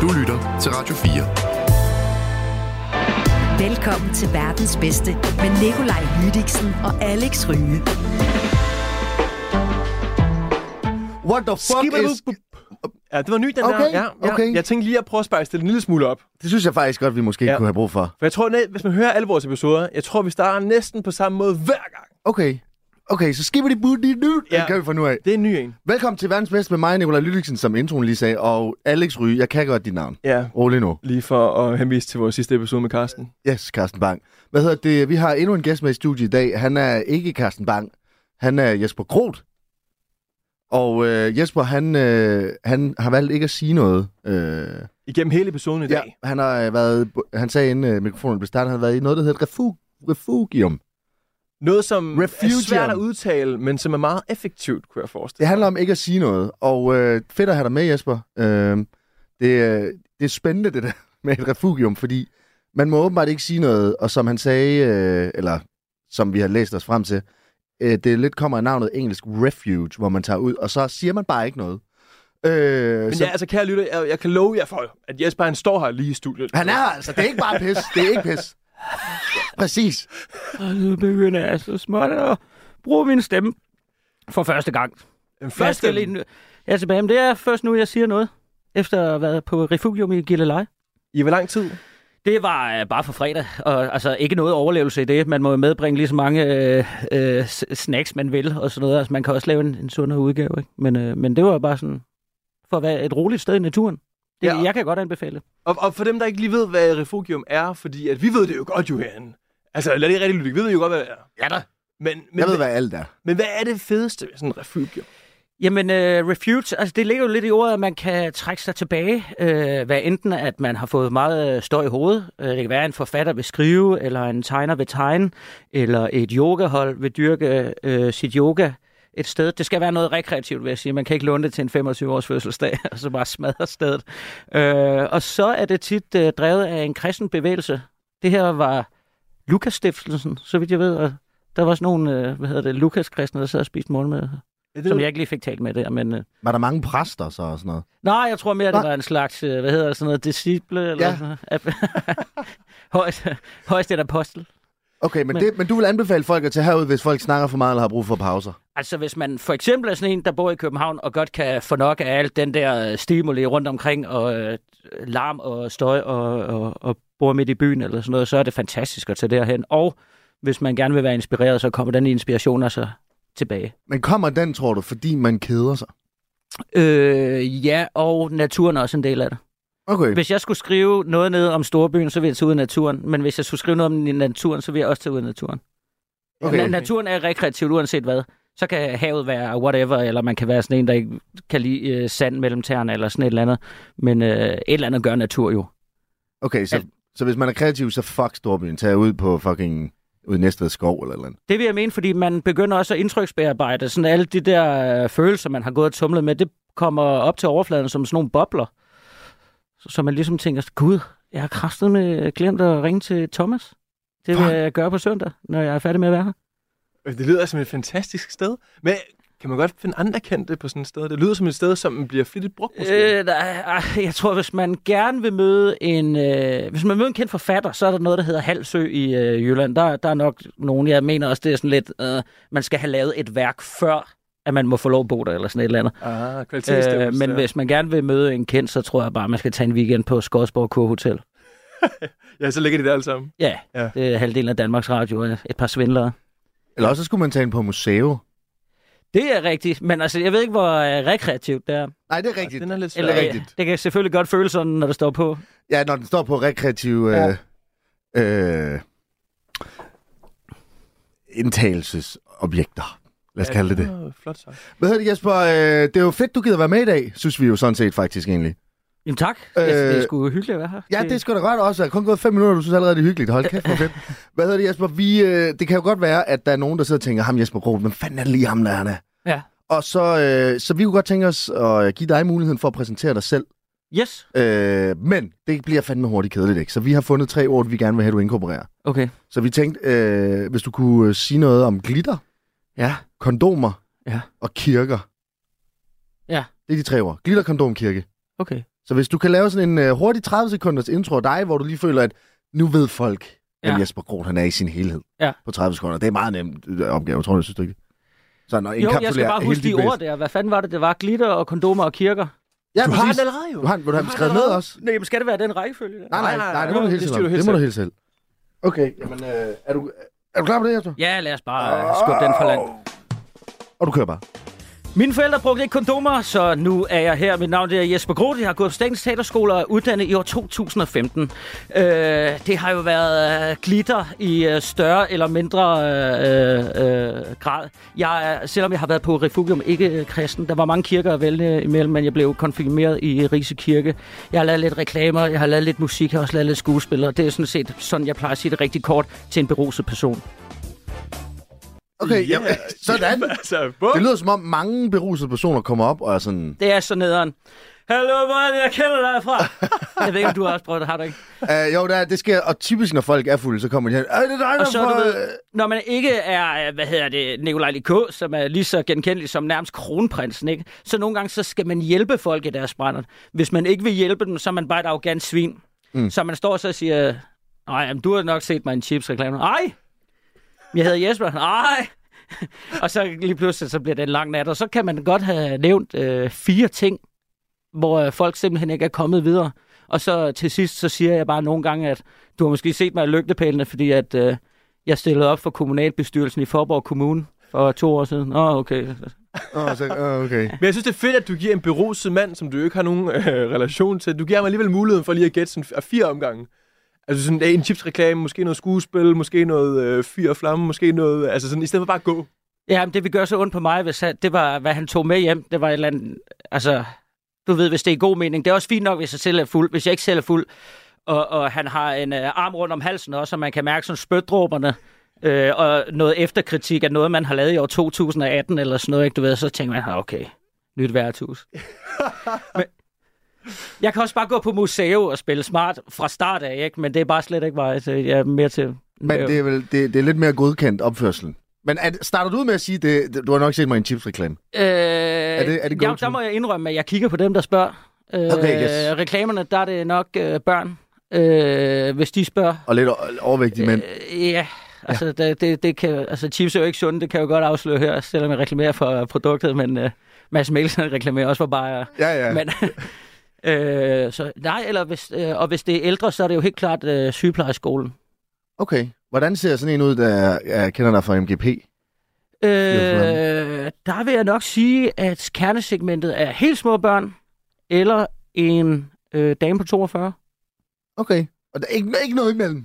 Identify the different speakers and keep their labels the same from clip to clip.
Speaker 1: Du lytter til Radio
Speaker 2: Velkommen til verdens bedste med Nikolaj Lydiksen og Alex Ryge.
Speaker 3: What the fuck is...
Speaker 4: Ja, det var ny, den
Speaker 3: Okay,
Speaker 4: der. Ja, ja.
Speaker 3: okay.
Speaker 4: Jeg tænkte lige at prøve at spejse det en lille smule op.
Speaker 3: Det synes jeg faktisk godt, vi måske ja.
Speaker 4: Ja.
Speaker 3: kunne have brug for.
Speaker 4: For jeg tror, net- hvis man hører alle vores episoder, jeg tror, vi starter næsten på samme måde hver gang.
Speaker 3: Okay. Okay, så skipper de booty nu. Ja.
Speaker 4: Ja.
Speaker 3: Det kan vi fra nu af.
Speaker 4: Det er en ny en.
Speaker 3: Velkommen til verdens bedste med mig, Nicolai Lydiksen, som introen lige sagde, og Alex Ryge. Jeg kan godt dit navn.
Speaker 4: Ja,
Speaker 3: Rolig nu.
Speaker 4: lige for at henvise til vores sidste episode med Carsten.
Speaker 3: Yes, Carsten Bang. Hvad hedder det? Vi har endnu en gæst med i studiet i dag. Han er ikke Carsten Bang. Han er Jesper Groth. Og øh, Jesper, han, øh, han har valgt ikke at sige noget. Øh,
Speaker 4: Igennem hele episoden i
Speaker 3: ja,
Speaker 4: dag.
Speaker 3: han har øh, været, han sagde inden øh, mikrofonen blev startet, han har været i noget, der hedder refug, refugium.
Speaker 4: Noget, som
Speaker 3: Refugium.
Speaker 4: er svært at udtale, men som er meget effektivt, kunne jeg
Speaker 3: Det
Speaker 4: forestille
Speaker 3: handler om ikke at sige noget, og øh, fedt at have dig med, Jesper. Øh, det, øh, det er spændende, det der med et refugium, fordi man må åbenbart ikke sige noget, og som han sagde, øh, eller som vi har læst os frem til, øh, det lidt kommer af navnet engelsk refuge, hvor man tager ud, og så siger man bare ikke noget. Øh,
Speaker 4: Men
Speaker 3: så,
Speaker 4: ja, altså, kære lytter, jeg, jeg kan love jer for, at Jesper, han står her lige i studiet.
Speaker 3: Han er her altså, det er ikke bare pis, det er ikke pis. Præcis.
Speaker 5: Og nu begynder jeg så småt at bruge min stemme for første gang.
Speaker 4: Den
Speaker 5: Jeg,
Speaker 4: første.
Speaker 5: skal lige, nu- jeg er tilbage, men det er først nu, jeg siger noget. Efter at have været på refugium i Gilleleje.
Speaker 4: I hvor lang tid?
Speaker 5: Det var øh, bare for fredag, og altså ikke noget overlevelse i det. Man må jo medbringe lige så mange øh, øh, s- snacks, man vil og sådan noget. Altså, man kan også lave en, en sundere udgave, ikke? Men, øh, men det var bare sådan, for at være et roligt sted i naturen. Det,
Speaker 4: Ja.
Speaker 5: ja. Jeg kan godt anbefale.
Speaker 4: Og, og for dem, der ikke lige ved, hvad refugium er, fordi at vi ved det jo godt jo herinde. Altså, lad det rigtig lytte. Vi ved jo godt, hvad det er.
Speaker 3: Ja da.
Speaker 4: Men, men,
Speaker 3: Jeg ved,
Speaker 4: hvad.
Speaker 3: hvad alt er.
Speaker 4: men hvad er det fedeste ved sådan en refugium?
Speaker 5: Jamen, øh, refuge, altså det ligger jo lidt i ordet, at man kan trække sig tilbage, øh, hvad enten at man har fået meget øh, støj i hovedet, øh, det kan være, at en forfatter vil skrive, eller en tegner vil tegne, eller et yogahold vil dyrke øh, sit yoga et sted. Det skal være noget rekreativt, vil jeg sige. Man kan ikke låne det til en 25-års fødselsdag, og så bare smadre stedet. Øh, og så er det tit øh, drevet af en kristen bevægelse. Det her var Lukas-stiftelsen, så vidt jeg ved, og der var sådan nogle, øh, hvad hedder det, Lukas-kristne, der sad og spiste morgenmad
Speaker 4: Er det
Speaker 5: som
Speaker 4: noget-
Speaker 5: jeg ikke lige fik talt med der, men... Øh.
Speaker 3: Var der mange præster så og sådan noget?
Speaker 5: Nej, jeg tror mere, det
Speaker 3: Nej.
Speaker 5: var en slags, øh, hvad hedder det, sådan noget, disciple, eller
Speaker 3: Ja.
Speaker 5: sådan noget. Ap- højst, højst et apostel.
Speaker 3: Okay, men, men,
Speaker 5: Men-
Speaker 3: det, men du vil anbefale folk at tage herud, hvis folk snakker for meget eller har brug for pauser.
Speaker 5: Altså, hvis man for eksempel er sådan en, der bor i København, og godt kan få nok af alt den der øh, stimuli rundt omkring, og øh, larm og støj, og, og, og bor midt i byen, eller sådan noget, så er det fantastisk at tage derhen. Og hvis man gerne vil være inspireret, så kommer den inspiration altså tilbage.
Speaker 3: Men kommer den, tror du, fordi man keder sig?
Speaker 5: Øh, ja, og naturen er også en del af det.
Speaker 3: Okay.
Speaker 5: Hvis jeg skulle skrive noget ned om storbyen, så ville jeg tage ud i naturen. Men hvis jeg skulle skrive noget om naturen, så ville jeg også tage ud i naturen.
Speaker 3: Okay.
Speaker 5: Okay. Na- naturen er rekreativt uanset hvad. Så kan havet være whatever, eller man kan være sådan en, der ikke kan lide øh, sand mellem tæerne, eller sådan et eller andet. Men øh, et eller andet gør natur jo.
Speaker 3: Okay, så,
Speaker 5: Alt.
Speaker 3: så hvis man er kreativ, så fuck storbyen. Tag ud på fucking ud i Næstved skov eller et eller andet.
Speaker 5: Det vil jeg mene, fordi man begynder også at indtryksbearbejde. Sådan alle de der øh, følelser, man har gået og tumlet med, det kommer op til overfladen som sådan nogle bobler. Så, så man ligesom tænker, gud, jeg har kræftet med glemt at ringe til Thomas. Det vil
Speaker 3: Fuck.
Speaker 5: jeg gøre på søndag, når jeg er færdig med at være her.
Speaker 4: Øh, Det lyder som et fantastisk sted. Men kan man godt finde andre kendte på sådan et sted? Det lyder som et sted, som bliver flittigt brugt måske. Øh,
Speaker 5: Øh, nej, ej, jeg tror, hvis man gerne vil møde en... Øh, hvis man møder en kendt forfatter, så er der noget, der hedder Halsø i øh, Jylland. Der, der er nok nogen, jeg mener også, det er sådan lidt... Øh, man skal have lavet et værk før, at man må få lov at bo der, eller sådan et eller andet.
Speaker 4: ah,
Speaker 5: Øh,
Speaker 4: kvalitetsstemmelse.
Speaker 5: men hvis man gerne vil møde en kendt, så tror jeg bare, man skal tage en weekend på Skodsborg Kurhotel.
Speaker 4: Ja, så ligger de der alle sammen.
Speaker 5: Ja,
Speaker 4: Ja.
Speaker 5: ja, det er halvdelen af Danmarks Radio og et par svindlere.
Speaker 3: Eller også så skulle man tage ind på museum.
Speaker 5: Det er rigtigt, men altså, jeg ved ikke, hvor øh, rekreativt det er.
Speaker 3: Nej, det er rigtigt.
Speaker 4: Altså, Den er lidt svær.
Speaker 5: Eller,
Speaker 3: Det er
Speaker 5: øh,
Speaker 3: rigtigt.
Speaker 5: det kan selvfølgelig godt føles sådan, når det står på.
Speaker 3: Ja, når den står på rekreativ... Ja. Øh, øh, indtagelsesobjekter. Lad os kalde det det.
Speaker 4: var Flot sagt.
Speaker 3: Hvad hedder det, Jesper? Øh, det er jo fedt, du gider være med i dag, synes vi jo sådan set faktisk egentlig.
Speaker 5: Jamen tak, øh, det, det
Speaker 3: Øh,
Speaker 5: er sgu hyggeligt at være her.
Speaker 3: Ja, det er sgu da godt også. Jeg har kun gået fem minutter, du synes allerede, det er hyggeligt. Hold kæft, hvor fedt. Hvad hedder det, Jesper? Vi, øh, det kan jo godt være, at der er nogen, der sidder og tænker, ham Jesper Groth, men fanden er det lige ham, der han er?
Speaker 5: Ja.
Speaker 3: Og så, øh, så vi kunne godt tænke os at øh, give dig muligheden for at præsentere dig selv.
Speaker 5: Yes,
Speaker 3: Øh, men det bliver fandme hurtigt kedeligt, ikke? Så vi har fundet tre ord, vi gerne vil have, du inkorporerer.
Speaker 5: okay.
Speaker 3: Så vi tænkte, øh, hvis du kunne øh, sige noget om glitter,
Speaker 5: Ja,
Speaker 3: kondomer
Speaker 5: Ja.
Speaker 3: og kirker.
Speaker 5: Ja.
Speaker 3: Det er de tre ord. Glitter, kondom, kirke.
Speaker 5: okay.
Speaker 3: Så hvis du kan lave sådan en øh, hurtig 30-sekunders intro af dig, hvor du lige føler, at nu ved folk, at
Speaker 5: Ja.
Speaker 3: Jesper Groth, han er i sin helhed
Speaker 5: Ja.
Speaker 3: på 30 sekunder. Det er meget nemt øh, opgave, tror jeg, synes du ikke? Sådan, og
Speaker 5: Jo, jeg skal
Speaker 3: indkapsulere
Speaker 5: bare
Speaker 3: hele
Speaker 5: huske
Speaker 3: dit
Speaker 5: de
Speaker 3: væsen.
Speaker 5: ord der. Hvad fanden var det? Det var glitter og kondomer og kirker.
Speaker 3: Ja,
Speaker 4: Du har
Speaker 3: præcis.
Speaker 4: den allerede jo.
Speaker 3: Du har, vil du have dem skrevet ned også?
Speaker 5: Nej, men skal det være den rækkefølge? der?
Speaker 3: Nej, nej, nej, nej, det må du
Speaker 4: det
Speaker 3: helt
Speaker 4: styrer
Speaker 3: selv.
Speaker 4: du helt
Speaker 3: Det må du
Speaker 4: selv.
Speaker 3: helt selv. Okay, jamen, øh, er, du, er du klar på det, Jesper?
Speaker 5: Ja, lad os bare øh, skubbe den fra land.
Speaker 3: Og du kører bare.
Speaker 5: Mine forældre brugte ikke kondomer, så nu er jeg her. Mit navn det er Jesper Groth. Jeg har gået på Statens Teaterskole og er uddannet i år 2015. Øh, det har jo været øh, glitter i øh, større eller mindre øh, øh, grad. Jeg er, selvom jeg har været på refugium, ikke øh, kristen. Der var mange kirker at vælge imellem, men jeg blev konfirmeret i Rise Kirke. Jeg har lavet lidt reklamer, jeg har lavet lidt musik, jeg har også lavet lidt skuespillere. Det er sådan set sådan, jeg plejer at sige det rigtig kort til en beruset person.
Speaker 3: Okay, yeah. jamen, sådan.
Speaker 4: altså,
Speaker 3: Det
Speaker 4: bum.
Speaker 3: lyder som om mange berusede personer kommer op og er sådan...
Speaker 5: Det er så nederen. Hallo, hvor er det, jeg kender dig fra? jeg ved ikke, om du har også prøvet det, har du ikke?
Speaker 3: Øh, jo, der, det sker, og typisk når folk er fulde, så kommer de hen. Øh, det er dig, der
Speaker 5: Og så, du
Speaker 3: får,
Speaker 5: ved,
Speaker 3: øh,
Speaker 5: når man ikke er, øh, hvad hedder det, Nikolaj Likå, som er lige så genkendelig som nærmest kronprinsen, ikke? Så nogle gange, så skal man hjælpe folk i deres brændert. Hvis man ikke vil hjælpe dem, så er man bare et arrogant svin. Mm. Så man står så og siger, nej, jamen, du har nok set mig i en chips-reklame. Ej! Jeg hedder Jesper. Ej! og så lige pludselig, så bliver det en lang nat, og så kan man godt have nævnt øh, fire ting, hvor øh, folk simpelthen ikke er kommet videre. Og så til sidst, så siger jeg bare nogle gange, at du har måske set mig i lygtepælene, fordi at... Øh, jeg stillede op for kommunalbestyrelsen i Forborg Kommune for to år siden. Åh, oh, okay.
Speaker 3: Åh, så, åh, okay.
Speaker 4: Men jeg synes, det er fedt, at du giver en beruset mand, som du jo ikke har nogen øh, relation til. Du giver ham alligevel muligheden for lige at gætte sådan f- fire omgange. Altså sådan hey, en chipsreklame, måske noget skuespil, måske noget øh, fyr og flamme, måske noget... Altså sådan, i stedet for bare at gå.
Speaker 5: Ja, men det vil gøre så ondt på mig, hvis han, det var, hvad han tog med hjem. Det var et eller andet, altså, du ved, hvis det er i god mening. Det er også fint nok, hvis jeg selv er fuld. Hvis jeg ikke selv er fuld, og, og han har en øh, arm rundt om halsen også, og man kan mærke sådan spytdråberne, øh, og noget efterkritik af noget, man har lavet i år 2018 eller sådan noget, ikke? du ved, så tænker man, "Ah, okay, nyt værtshus. men, jeg kan også bare gå på museum og spille smart fra start af, ikke? men det er bare slet ikke mig, så jeg er mere til... øh,
Speaker 3: Men det er, vel, det, det er lidt mere godkendt opførselen. Men er, det- starter du ud med at sige, det, det- du har nok set mig i en chipsreklame?
Speaker 5: Øh, er
Speaker 3: det- er det
Speaker 5: jeg,
Speaker 3: go-to?
Speaker 5: der må jeg indrømme, at jeg kigger på dem, der spørger. Øh,
Speaker 3: Okay, yes.
Speaker 5: Reklamerne, der er det nok øh, børn, øh, hvis de spørger.
Speaker 3: Og lidt o- overvægtig mænd.
Speaker 5: Øh, ja, altså, ja. Det, det, det kan, altså chips er jo ikke sunde, det kan jeg jo godt afsløre her, selvom jeg reklamerer for produktet, men øh, Mads Mikkelsen reklamerer også for bare...
Speaker 3: Ja, ja.
Speaker 5: Ja. Men, øh, så, nej, eller hvis, øh, og hvis det er ældre, så er det jo helt klart øh, sygeplejeskolen.
Speaker 3: Okay. Hvordan ser sådan en ud, der jeg kender dig fra MGP?
Speaker 5: Øh,
Speaker 3: Fyrflamme.
Speaker 5: der vil jeg nok sige, at kernesegmentet er helt små børn, eller en øh, dame på 42.
Speaker 3: Okay. Og der er ikke, ikke noget imellem?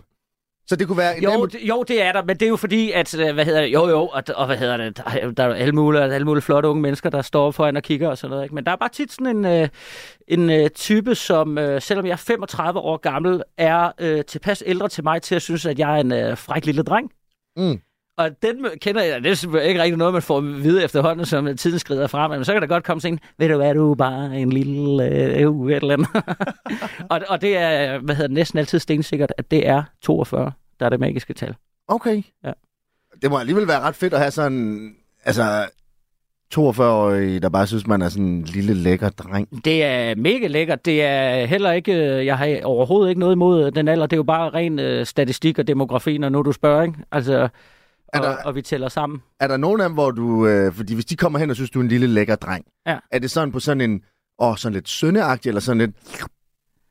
Speaker 3: Så det kunne være en
Speaker 5: Jo,
Speaker 3: dame-
Speaker 5: det, jo, det er der, men det er jo fordi, at, øh, hvad hedder det, jo, jo, og, og hvad hedder det, der, er- der er jo alle mulige, alle mulige flotte unge mennesker, der står op foran og kigger og sådan noget, ikke? men der er bare tit sådan en, øh, en øh, type, som, øh, selvom jeg er 35 år gammel, er øh, tilpas ældre til mig til at synes, at jeg er en øh, fræk lille dreng.
Speaker 3: Mm.
Speaker 5: Og den mø- kender jeg, det er selvfølgelig ikke rigtig noget, man får at vide efterhånden, som tiden skrider frem, men så kan der godt komme sådan en, ved du hvad, du er bare en lille, øh, uh, et eller andet. og, og det er, hvad hedder det, næsten altid stensikkert, at det er 42, der er det magiske tal.
Speaker 3: Okay.
Speaker 5: Ja.
Speaker 3: Det må alligevel være ret fedt at have sådan... Altså... 42-årig, der bare synes, man er sådan en lille lækker dreng.
Speaker 5: Det er mega lækkert. Det er heller ikke, øh, jeg har overhovedet ikke noget imod øh, den alder. Det er jo bare ren øh, statistik og demografi, når nu du spørger, ikke? Altså, og,
Speaker 3: der-
Speaker 5: og vi tæller sammen.
Speaker 3: Er der nogen af dem, hvor du... Øh, fordi hvis de kommer hen og synes, du er en lille lækker dreng,
Speaker 5: Ja.
Speaker 3: er det sådan på sådan en... Åh, sådan lidt søndeagtig, eller sådan lidt...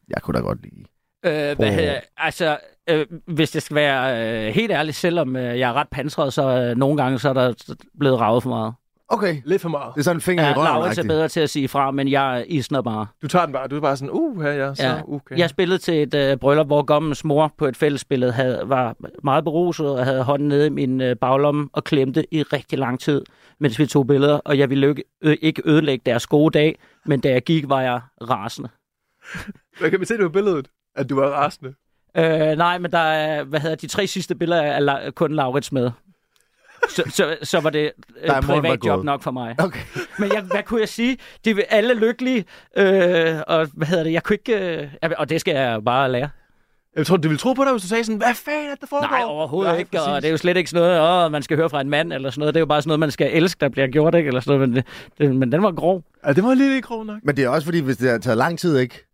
Speaker 3: Jeg kunne da godt lide.
Speaker 5: Øh,
Speaker 3: Åh.
Speaker 5: hvad hedder, altså, øh, hvis det skal være øh, helt ærligt, selvom øh, jeg er ret pansret, så øh, nogle gange så er der blevet ravet for meget.
Speaker 3: Okay.
Speaker 4: Lidt for meget.
Speaker 3: Det er sådan en finger
Speaker 5: Ja,
Speaker 3: i
Speaker 5: Laurits er
Speaker 3: røven
Speaker 5: bedre til at sige fra, men jeg isner bare.
Speaker 4: Du tager den bare. Du er bare sådan, uh, her er jeg. Så,
Speaker 5: Ja.
Speaker 4: okay.
Speaker 5: Jeg spillede til et øh, bryllup, hvor gommens mor på et fællesbillede havde, var meget beruset og havde hånden nede i min øh, baglomme og klemte i rigtig lang tid, mens vi tog billeder, og jeg ville jo ikke, ø- ikke ødelægge deres gode dag, men da jeg gik, var jeg rasende.
Speaker 4: Hvad kan man se det på billedet? At du var rasende.
Speaker 5: Øh, nej, men der er, hvad hedder de tre sidste billeder er la- kun Laurits med. Så, så, så var det øh,
Speaker 3: Der er morgen var
Speaker 5: privat job
Speaker 3: gået.
Speaker 5: nok for mig.
Speaker 3: Okay.
Speaker 5: Men jeg, hvad kunne jeg sige? De er alle lykkelige, øh, og hvad hedder det? Jeg kunne ikke... Øh, og det skal jeg bare lære.
Speaker 4: Jeg tror, du ville tro på dig, hvis du sagde sådan, hvad fanden er det, der foregår?
Speaker 5: Nej, overhovedet Nej, ikke.
Speaker 4: præcis.
Speaker 5: Og det er jo slet ikke sådan noget, åh, man skal høre fra en mand eller sådan noget. Det er jo bare sådan noget, man skal elske, der bliver gjort, ikke? Eller sådan noget. Men, det, det, men den var grov.
Speaker 4: Ja, det var lige lidt grov nok.
Speaker 3: Men det er også fordi, hvis det har taget lang tid, ikke?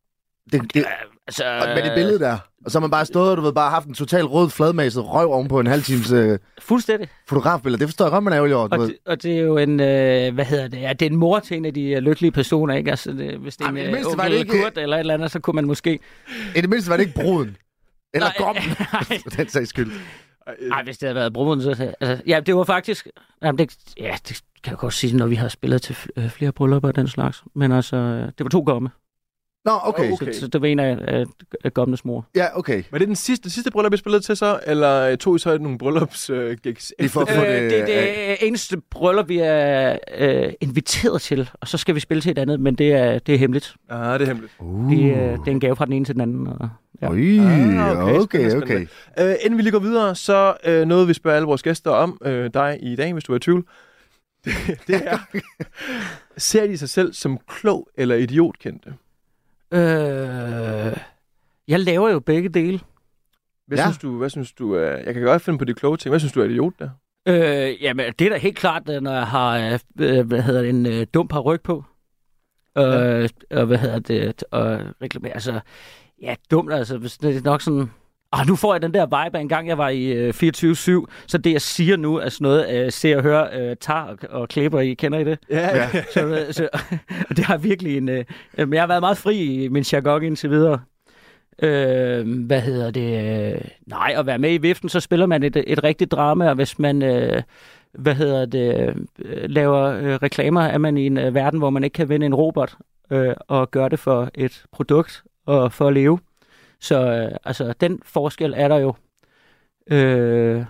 Speaker 3: Det, det,
Speaker 5: Altså,
Speaker 3: og med det billede der. Og så har man bare stået og du ved, bare haft en total rød fladmaset røv oven på en halv times øh,
Speaker 5: Fuldstændig.
Speaker 3: fotografbillede. Det forstår jeg godt, man er ærgerlig over. Du
Speaker 5: Og
Speaker 3: ved.
Speaker 5: det, og det er jo en, øh, hvad hedder det, ja, det er en mor til en af de øh, lykkelige personer, ikke? Altså, det, hvis det er
Speaker 3: Ej,
Speaker 5: en
Speaker 3: men i det
Speaker 5: øh,
Speaker 3: mindste var
Speaker 5: onkel
Speaker 3: det ikke-
Speaker 5: Kurt eller et eller andet, så kunne man måske...
Speaker 3: I det mindste var det ikke bruden. Eller
Speaker 5: Nej,
Speaker 3: gommen,
Speaker 5: nej.
Speaker 3: for den sags skyld.
Speaker 5: Nej, hvis det havde været Brumund, så... Altså, ja, det var faktisk... Jamen, det, ja, det kan jeg godt sige, når vi har spillet til fl- øh, flere bryllupper og den slags. Men altså, øh, det var to gomme.
Speaker 3: Nå, okay.
Speaker 4: Okay.
Speaker 5: Okay. Så, så det var en af øh, g- gommenes mor.
Speaker 3: Ja, okay.
Speaker 4: Var det den sidste, sidste bryllup, I spillede til så? Eller øh, tog I så nogle bryllups øh, gigs?
Speaker 3: Lige for at
Speaker 5: Øh,
Speaker 3: få det...
Speaker 5: det, det er eneste bryllup, vi er øh, inviteret til, og så skal vi spille til et andet, men det er, det er hemmeligt.
Speaker 4: Ah, det er hemmeligt.
Speaker 3: Uh.
Speaker 5: Det, er, det er en gave fra den ene til den anden. Og, ja.
Speaker 3: Ui,
Speaker 4: Ah, okay,
Speaker 3: okay, okay,
Speaker 4: spændende,
Speaker 3: okay.
Speaker 4: Øh, inden vi lige går videre, så øh, noget, vi spørger alle vores gæster om, øh, dig i dag, hvis du er i tvivl. Det, det er, ser de sig selv som klog eller idiotkendte?
Speaker 5: øh, jeg laver jo begge dele.
Speaker 4: Hvad,
Speaker 3: Ja.
Speaker 4: ja. synes du, hvad synes du er... Jeg kan godt finde på de kloge ting. Hvad synes du er idiot der?
Speaker 5: Øh, jamen, det er da helt klart, øh, når jeg har øh, øh, hvad hedder det, en øh, dum par ryg på. Øh, ja. Og hvad hedder det? t- Og reklamere. Altså, ja, dumt. Altså, hvis det er nok sådan... Og nu får jeg den der vibe af en gang, jeg var i øh, 24-7, så det, jeg siger nu, er sådan noget, øh, ser og hører, øh, tager og, og klipper i. Kender I det?
Speaker 4: Ja,
Speaker 3: Ja.
Speaker 5: Så, øh, så, og det har virkelig en... Øh, øh, men jeg har været meget fri i min jargon indtil videre. Øh, hvad hedder det? Øh, Nej, at være med i viften, så spiller man et, et rigtigt drama, og hvis man... Øh, hvad hedder det? øh, Laver øh, reklamer, er man i en øh, verden, hvor man ikke kan vinde en robot øh, og gøre det for et produkt og for at leve. Så øh, altså, den forskel er der jo. Øh,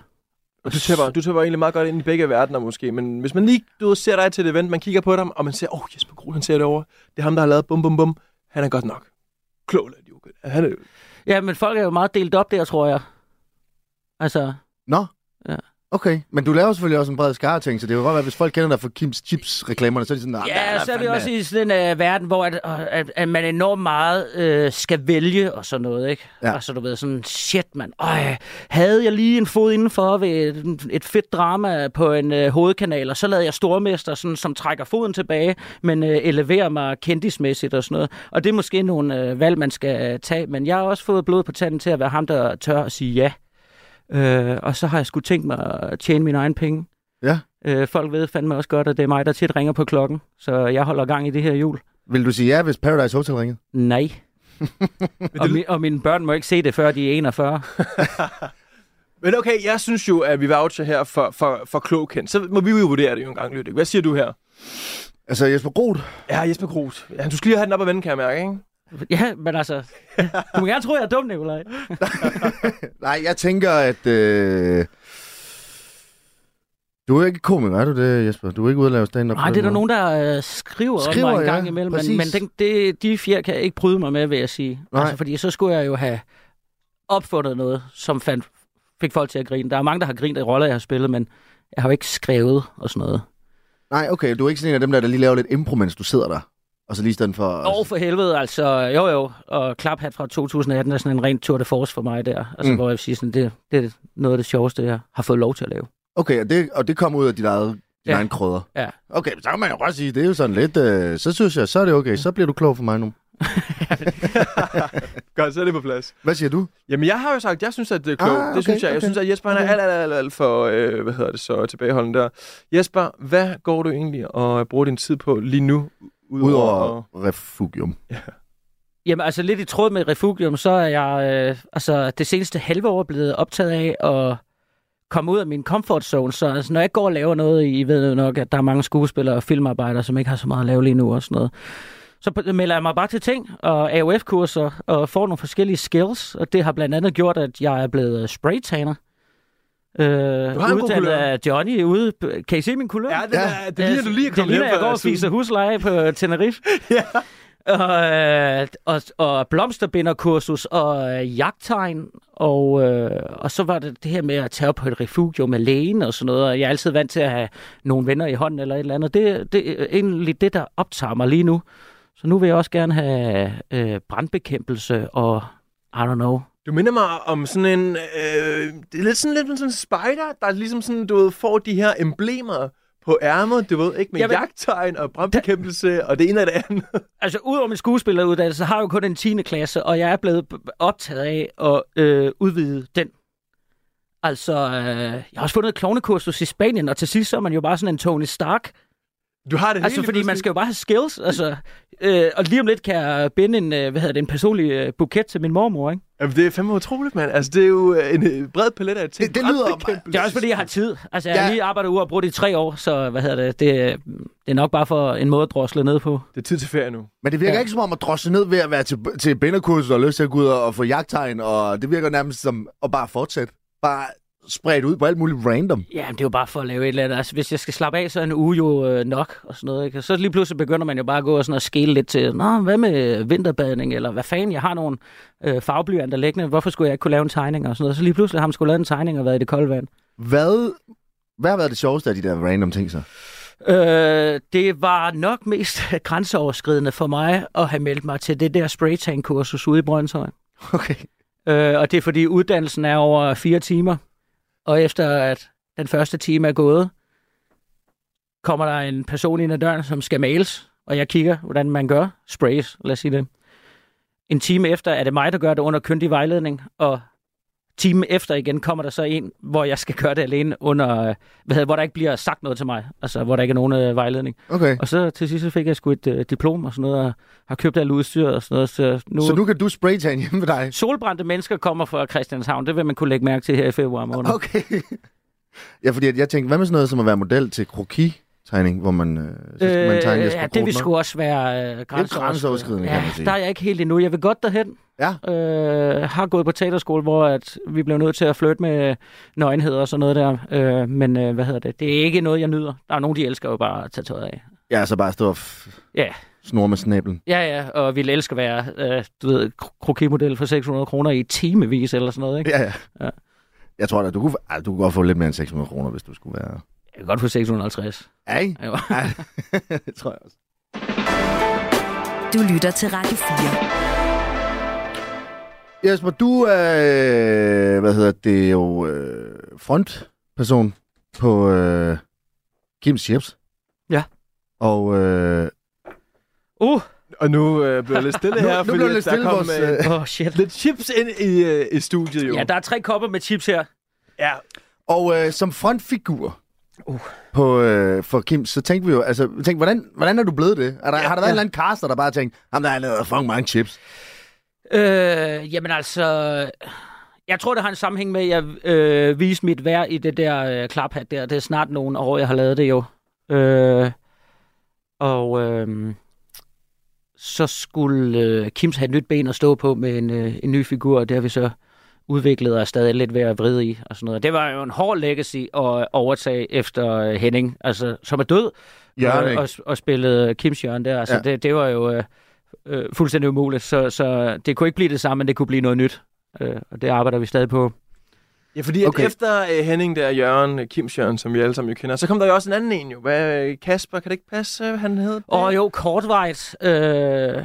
Speaker 4: Og du tæpper, du tæpper egentlig meget godt ind i begge verdener måske, men hvis man lige du ved, ser dig til et event, man kigger på dig, og man ser, åh, oh, Jesper Groth, han ser det over. Det er ham, der har lavet bum bum bum. Han er godt nok klog eller idiot. Han er,
Speaker 5: ja, men folk er jo meget delt op der, tror jeg. Altså,
Speaker 3: Nå,
Speaker 5: Ja.
Speaker 3: okay. Men du laver selvfølgelig også en bred skare ting, så det kan godt være, hvis folk kender dig for Kims Chips-reklamerne, så er de sådan, "Nå, der
Speaker 5: Ja,
Speaker 3: der
Speaker 5: så er vi
Speaker 3: fandme-
Speaker 5: også i sådan en øh, verden, hvor at, øh, at, at man enormt meget øh, skal vælge og sådan noget, ikke?
Speaker 3: Ja.
Speaker 5: Ja. Og så du ved sådan, shit mand, øj, havde jeg lige en fod indenfor ved et, et fedt drama på en øh, hovedkanal, og så lavede jeg stormester, sådan, som trækker foden tilbage, men øh, eleverer mig kendismæssigt og sådan noget. Og det er måske nogle øh, valg, man skal øh, tage, men jeg har også fået blod på tanden til at være ham, der tør at sige ja. Øh, og så har jeg sgu tænkt mig at tjene mine egne penge.
Speaker 3: Ja.
Speaker 5: Øh, folk ved fandme også godt, at det er mig, der tit ringer på klokken, så jeg holder gang i det her jul.
Speaker 3: Vil du sige ja, hvis Paradise Hotel ringede?
Speaker 5: Nej. og, mi- og mine børn må ikke se det, før de er 41.
Speaker 4: Men okay, jeg synes jo, at vi voucher her for, for, for klog kendt. Så må vi jo vurdere det jo en gang, Lydik. Hvad siger du her?
Speaker 3: Altså, Jesper Groth,
Speaker 4: Ja, Jesper Groth. Ja, du skal lige have den op og vende, kan jeg mærke, ikke?
Speaker 5: ja, men altså... Du må gerne tro, jeg er dum, Nikolaj.
Speaker 3: Nej, jeg tænker, at... Øh... Du er jo ikke komiker, er du det, Jesper? Du er ikke ude at lave stand-up? på
Speaker 5: Nej,
Speaker 3: den
Speaker 5: det er der
Speaker 3: måde.
Speaker 5: nogen, der øh, skriver, skriver
Speaker 3: Skriver,
Speaker 5: mig en
Speaker 3: ja,
Speaker 5: gang imellem, men,
Speaker 3: præcis.
Speaker 5: men den, det, de fjer kan jeg ikke bryde mig med, vil jeg sige.
Speaker 3: Nej.
Speaker 5: Altså, fordi så skulle jeg jo have opfundet noget, som fandt, fik folk til at grine. Der er mange, der har grint af roller, jeg har spillet, men jeg har jo ikke skrevet og sådan noget.
Speaker 3: Nej, okay, du er ikke sådan en af dem der, der lige laver lidt impro, mens du sidder der. Og så lige i stedet for...
Speaker 5: Åh, for helvede, altså. Jo, jo. Og klaphat fra 2018 er sådan en ren tour de force for mig der.
Speaker 3: Mm.
Speaker 5: Altså, mm. hvor jeg vil sige, sådan, det, det er noget af det sjoveste, jeg har fået lov til at lave.
Speaker 3: Okay, og det, og det kom ud af dit eget, din
Speaker 5: Ja.
Speaker 3: egen krødder.
Speaker 5: Ja.
Speaker 3: Okay, så kan man jo godt sige, det er jo sådan lidt... Øh, så synes jeg, så er det okay. Så bliver du klog for mig nu.
Speaker 4: Godt, så er det på plads.
Speaker 3: Hvad siger du?
Speaker 4: Jamen, jeg har jo sagt, jeg synes, at det er klog.
Speaker 3: Ah, okay,
Speaker 4: det synes jeg. Jeg
Speaker 3: okay.
Speaker 4: synes, at Jesper han er
Speaker 3: Okay.
Speaker 4: alt, alt, alt, alt for, øh, hvad hedder det så, tilbageholden der. Jesper, hvad går du egentlig og bruger din tid på lige nu?
Speaker 3: Udover refugium.
Speaker 5: Jamen, altså lidt i tråd med Refugium, så er jeg øh, altså, det seneste halve år blevet optaget af at komme ud af min comfort zone. Så altså, når jeg går og laver noget, I ved jo nok, at der er mange skuespillere og filmarbejdere, som ikke har så meget at lave lige nu og sådan noget. Så p- melder jeg mig bare til ting og AOF-kurser og får nogle forskellige skills, og det har blandt andet gjort, at jeg er blevet spraytanner. Øh,
Speaker 4: god
Speaker 5: uddannet
Speaker 4: kulør.
Speaker 5: af Johnny ude. Kan I se min kulør?
Speaker 4: Ja, det, ja. Er, det ligner,
Speaker 5: Altså,
Speaker 4: du lige er
Speaker 5: Det
Speaker 4: kommet
Speaker 5: ligner, jeg
Speaker 4: hjem
Speaker 5: går
Speaker 4: fra
Speaker 5: og
Speaker 4: Syden.
Speaker 5: fiser husleje på øh, Tenerife. Og, øh, og, og blomsterbinderkursus og øh, jagttegn. Og, øh, og så var det det her med at tage op på et refugium alene og sådan noget. Og jeg er altid vant til at have nogle venner i hånden eller et eller andet. Det, det er egentlig det, der optager mig lige nu. Så nu vil jeg også gerne have øh, brandbekæmpelse og I don't know.
Speaker 4: Du minder mig om sådan en... Øh, det er lidt sådan lidt som sådan en spider, der ligesom sådan, du ved, får de her emblemer på ærmer, du ved, ikke med
Speaker 5: Jamen-
Speaker 4: Jamen, jagttegn og brandbekæmpelse og det ene og det andet.
Speaker 5: Altså, udover min skuespilleruddannelse, så har jeg jo kun en 10. klasse, og jeg er blevet b- optaget af at øh, udvide den. Altså, øh, jeg har også fundet et klovnekursus i Spanien, og til sidst så er man jo bare sådan en Tony Stark.
Speaker 4: Du har det
Speaker 5: Altså,
Speaker 4: hele
Speaker 5: fordi man
Speaker 4: pludselig.
Speaker 5: skal jo bare have skills. Altså, øh, og lige om lidt kan jeg binde en, øh, hvad hedder det, en personlig øh, buket til min mormor, ikke?
Speaker 4: Jamen, det er fandme utroligt, mand. Altså, det er jo øh, en øh, bred palet af ting.
Speaker 3: Det- det lyder-
Speaker 4: Brandbekæmpelse.
Speaker 5: Det er også fordi, jeg har tid. Altså, jeg
Speaker 3: Ja.
Speaker 5: har lige arbejdet ude og brugt i tre år, så hvad hedder det, det, det er nok bare for en måde at drosle ned på.
Speaker 4: Det er tid til ferie nu.
Speaker 3: Men det virker
Speaker 5: Ja.
Speaker 3: ja. ikke som om at drosse ned ved at være til, til binderkurset og lyst til at gå ud og, og få jagttegn, og det virker nærmest som at bare fortsætte. Bare spredt ud på alt muligt random.
Speaker 5: Ja, det er jo bare for at lave et eller andet. Altså, hvis jeg skal slappe af, så er en uge jo øh, nok og sådan noget. Ikke? Og så lige pludselig begynder man jo bare at gå og, sådan og skele lidt til, Nå, hvad med vinterbadning, eller hvad fanden, jeg har nogle øh, farveblyanter liggende, hvorfor skulle jeg ikke kunne lave en tegning og sådan noget. Så lige pludselig har man skulle lavet en tegning og været i det kolde vand.
Speaker 3: Hvad, hvad har været det sjoveste af de der random ting så?
Speaker 5: Øh, det var nok mest grænseoverskridende for mig at have meldt mig til det der spraytan-kursus ude i Brøndshøj.
Speaker 3: Okay.
Speaker 5: Øh, og det er fordi uddannelsen er over fire timer. Og efter at den første time er gået, kommer der en person ind ad døren, som skal males. Og jeg kigger, hvordan man gør. Sprays, lad os sige det. En time efter er det mig, der gør det under kyndig vejledning. Og timen efter igen kommer der så en, hvor jeg skal gøre det alene under... øh, Hvad hedder, hvor der ikke bliver sagt noget til mig. Altså, hvor der ikke er nogen øh, vejledning.
Speaker 3: Okay.
Speaker 5: Og så til sidst så fik jeg sgu et øh, diplom og sådan noget, og har købt alt udstyr og sådan noget. Så nu,
Speaker 3: Så nu kan du spraytan hjemme ved dig?
Speaker 5: Solbrændte mennesker kommer fra Christianshavn. Det vil man kunne lægge mærke til her i februar måned. Okay.
Speaker 3: Okay. ja, fordi at jeg tænkte, hvad med sådan noget som at være model til kroki-tegning, hvor man, øh, så skal man tegne Jesper
Speaker 5: ja, det vil
Speaker 3: Krohn op?
Speaker 5: sgu også være øh, grænseoverskridende.
Speaker 3: grænseoverskridende, kan
Speaker 5: Ja,
Speaker 3: man sige.
Speaker 5: der er jeg ikke helt endnu. Jeg vil godt derhen.
Speaker 3: Ja.
Speaker 5: Øh, har gået på teaterskole, hvor at vi blev nødt til at flytte med nøgenhed og sådan noget der. Øh, men øh, hvad hedder det? Det er ikke noget, jeg nyder. Der er nogen, de elsker jo bare at tage tøjet af.
Speaker 3: Ja, så bare stå og f-
Speaker 5: Ja.
Speaker 3: snor med snablen.
Speaker 5: Ja, ja, og ville elske at være, øh, du ved, kro- kroketmodel for 600 kroner i timevis eller sådan noget, ikke?
Speaker 3: Ja, ja.
Speaker 5: Ja.
Speaker 3: ja. Jeg tror da, du kunne, ah, du kunne godt få lidt mere end 600 kroner, hvis du skulle være...
Speaker 5: Jeg kan godt få 650.
Speaker 3: Ja, ikke?
Speaker 5: Jo.
Speaker 3: Ja, det tror jeg også.
Speaker 2: Du lytter til Radio 4.
Speaker 3: Jesper, du er, hvad hedder det jo, øh, frontperson på øh, Kim Chips.
Speaker 5: Ja.
Speaker 3: Og øh,
Speaker 5: Uh,
Speaker 4: Og nu øh, blev jeg lidt stille
Speaker 3: nu,
Speaker 4: her,
Speaker 3: nu blev det lidt
Speaker 4: der
Speaker 3: stille
Speaker 4: kom
Speaker 3: vores...
Speaker 4: øh,
Speaker 3: Øh,
Speaker 5: oh shit.
Speaker 4: lidt chips ind i, øh, i studiet, jo.
Speaker 5: Ja, der er tre kopper med chips her.
Speaker 4: ja.
Speaker 3: og øh, som frontfigur
Speaker 5: Uh.
Speaker 3: på, øh, for Kim, så tænkte vi jo, altså, vi tænkte, hvordan, hvordan er du blevet det? Er der, ja, har der været
Speaker 5: ja.
Speaker 3: ja. en eller anden caster, der bare tænkte, ham der har lavet fucking mange chips?
Speaker 5: Øh, jamen altså, jeg tror, det har en sammenhæng med, at jeg øh, viste mit værd i det der øh, klaphat der. Det er snart nogle år, jeg har lavet det jo. Øh, og øh, så skulle øh, Kims have et nyt ben at stå på med en, øh, en ny figur, og det har vi så udviklet og er stadig lidt ved at vride i og sådan noget. Det var jo en hård legacy at overtage efter øh, Henning, altså, som er død,
Speaker 3: Jørgen,
Speaker 5: og,
Speaker 3: ikke?
Speaker 5: og, og spillede Kims Jørgen der. Altså, ja.
Speaker 3: Ja.
Speaker 5: det, det var jo øh, øh, fuldstændig umuligt, så, så det kunne ikke blive det samme, men det kunne blive noget nyt. Øh, og det arbejder vi stadig på.
Speaker 4: ja, fordi okay.
Speaker 3: Okay.
Speaker 4: at efter øh, Henning der, Jørgen, øh, Kims Jørgen, som vi alle sammen jo kender, så kom der jo også en anden en, jo. Hvad, øh, Kasper, kan det ikke passe, øh, han hed? det?
Speaker 5: Og jo, kortvejs. Øh,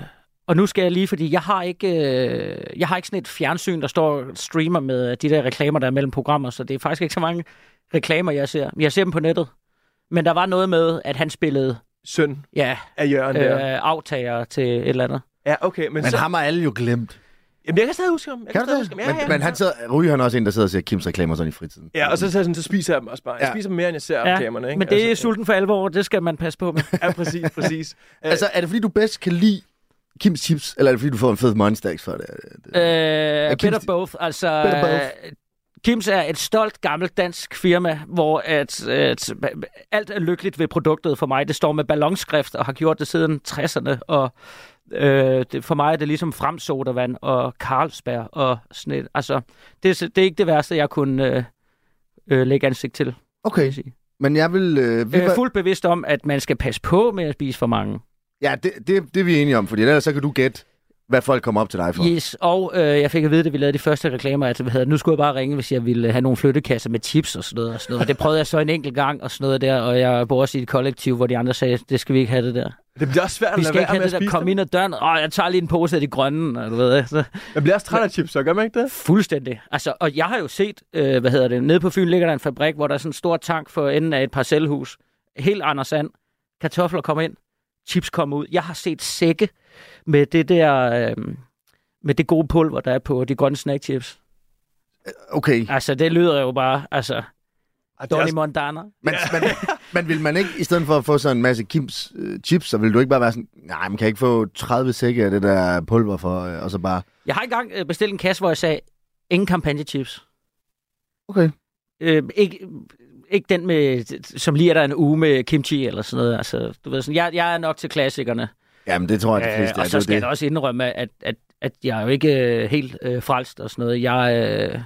Speaker 5: og nu skal jeg lige, fordi jeg har ikke øh, jeg har ikke sådan et fjernsyn, der står og streamer med øh, de der reklamer, der er mellem programmer, så det er faktisk ikke så mange reklamer, jeg ser. Jeg ser dem på nettet. Men der var noget med, at han spillede
Speaker 4: Søn
Speaker 5: ja,
Speaker 4: af Jørgen øh, der.
Speaker 5: øh, aftager til et eller andet.
Speaker 4: Ja, okay, men,
Speaker 3: Men
Speaker 4: så...
Speaker 3: ham har alle jo glemt.
Speaker 4: Jamen, jeg kan stadig huske ham. Jeg
Speaker 3: Kan du
Speaker 4: stadig
Speaker 3: det?
Speaker 4: Huske ham. Ja,
Speaker 3: men,
Speaker 4: ja,
Speaker 3: men han sidder, ryger han også en, der sidder og ser Kims reklamer sådan i fritiden.
Speaker 4: Ja, og så, så, sådan, så spiser jeg dem også bare. Jeg
Speaker 3: Ja.
Speaker 4: spiser dem mere, end jeg ser
Speaker 5: Ja,
Speaker 4: ja, kameraerne. Ikke?
Speaker 5: Men det er
Speaker 4: altså,
Speaker 5: sulten for alvor, det skal man passe på med.
Speaker 4: Ja, præcis, præcis. Øh,
Speaker 3: Altså, er det fordi, du bedst kan lide Kims chips, eller er det fordi, du får en fed monstax for det? Øh,
Speaker 5: Øh, ja,
Speaker 3: Kims-
Speaker 5: bit of both. Altså,
Speaker 3: Bit of both.
Speaker 5: øh, Kims er et stolt, gammelt dansk firma, hvor at, at, alt er lykkeligt ved produktet for mig. Det står med ballonskrift og har gjort det siden 60'erne. Og øh, det, for mig er det ligesom fremsodavand og Carlsberg og sådan et. Altså, det, er så- det er ikke det værste, jeg kunne øh, øh, lægge ansigt til, kan
Speaker 3: okay,
Speaker 5: jeg sige.
Speaker 3: men jeg vil... Øh, vi
Speaker 5: Øh,
Speaker 3: var,
Speaker 5: fuldt bevidst om, at man skal passe på med at spise for mange.
Speaker 3: ja, det, det, det er vi enige om, fordi ellers så kan du gætte, hvad folk kommer op til dig for.
Speaker 5: Yes, og øh, jeg fik at vide, da vi lavede de første reklamer, at hvad hedder det, nu skulle jeg bare ringe, hvis jeg ville have nogle flyttekasser med chips og sådan noget. Og, sådan noget. og det prøvede jeg så en enkelt gang og sådan noget der, og jeg bor også i et kollektiv, hvor de andre sagde, det skal vi ikke have det der.
Speaker 4: Øh, det bliver også svært at
Speaker 5: Vi
Speaker 4: lade
Speaker 5: skal ikke
Speaker 4: være med
Speaker 5: have
Speaker 4: at
Speaker 5: det der,
Speaker 4: spise
Speaker 5: kom
Speaker 4: dem.
Speaker 5: ind ad døren, og jeg tager lige en pose af de grønne, og du ved, så.
Speaker 4: Jeg bliver også træt af chips, så gør man ikke det?
Speaker 5: Fuldstændig. Altså, og jeg har jo set, øh, hvad hedder det, nede på Fyn ligger der en fabrik, hvor der er sådan en stor tank for enden af et parcelhus. helt Anders Sand. Kartofler kommer ind, chips kommer ud. Jeg har set sække med det der... Øh, med det gode pulver, der er på de grønne snackchips.
Speaker 3: Okay,
Speaker 5: Altså, det lyder jo bare, altså,
Speaker 4: Ej, det er
Speaker 5: Donny
Speaker 4: også-
Speaker 5: Montana.
Speaker 3: men, men, men vil man ikke, i stedet for at få sådan en masse Kims øh, chips, så vil du ikke bare være sådan, nej, man kan ikke få 30 sække af det der pulver for, øh, og så bare,
Speaker 5: Jeg har engang øh, bestilt en kasse, hvor jeg sagde, ingen kampagnechips.
Speaker 3: okay.
Speaker 5: Øh, ikke, ikke den, med, som lige er der en uge med kimchi eller sådan noget. Altså, du ved, sådan, jeg, jeg er nok til klassikerne.
Speaker 3: Jamen, det tror jeg, de
Speaker 5: Øh,
Speaker 3: fleste er.
Speaker 5: og
Speaker 3: Det
Speaker 5: så
Speaker 3: er
Speaker 5: skal jeg
Speaker 3: det.
Speaker 5: da også indrømme, at, at, at jeg er jo ikke øh, helt øh, frelst og sådan noget. Jeg øh, øh,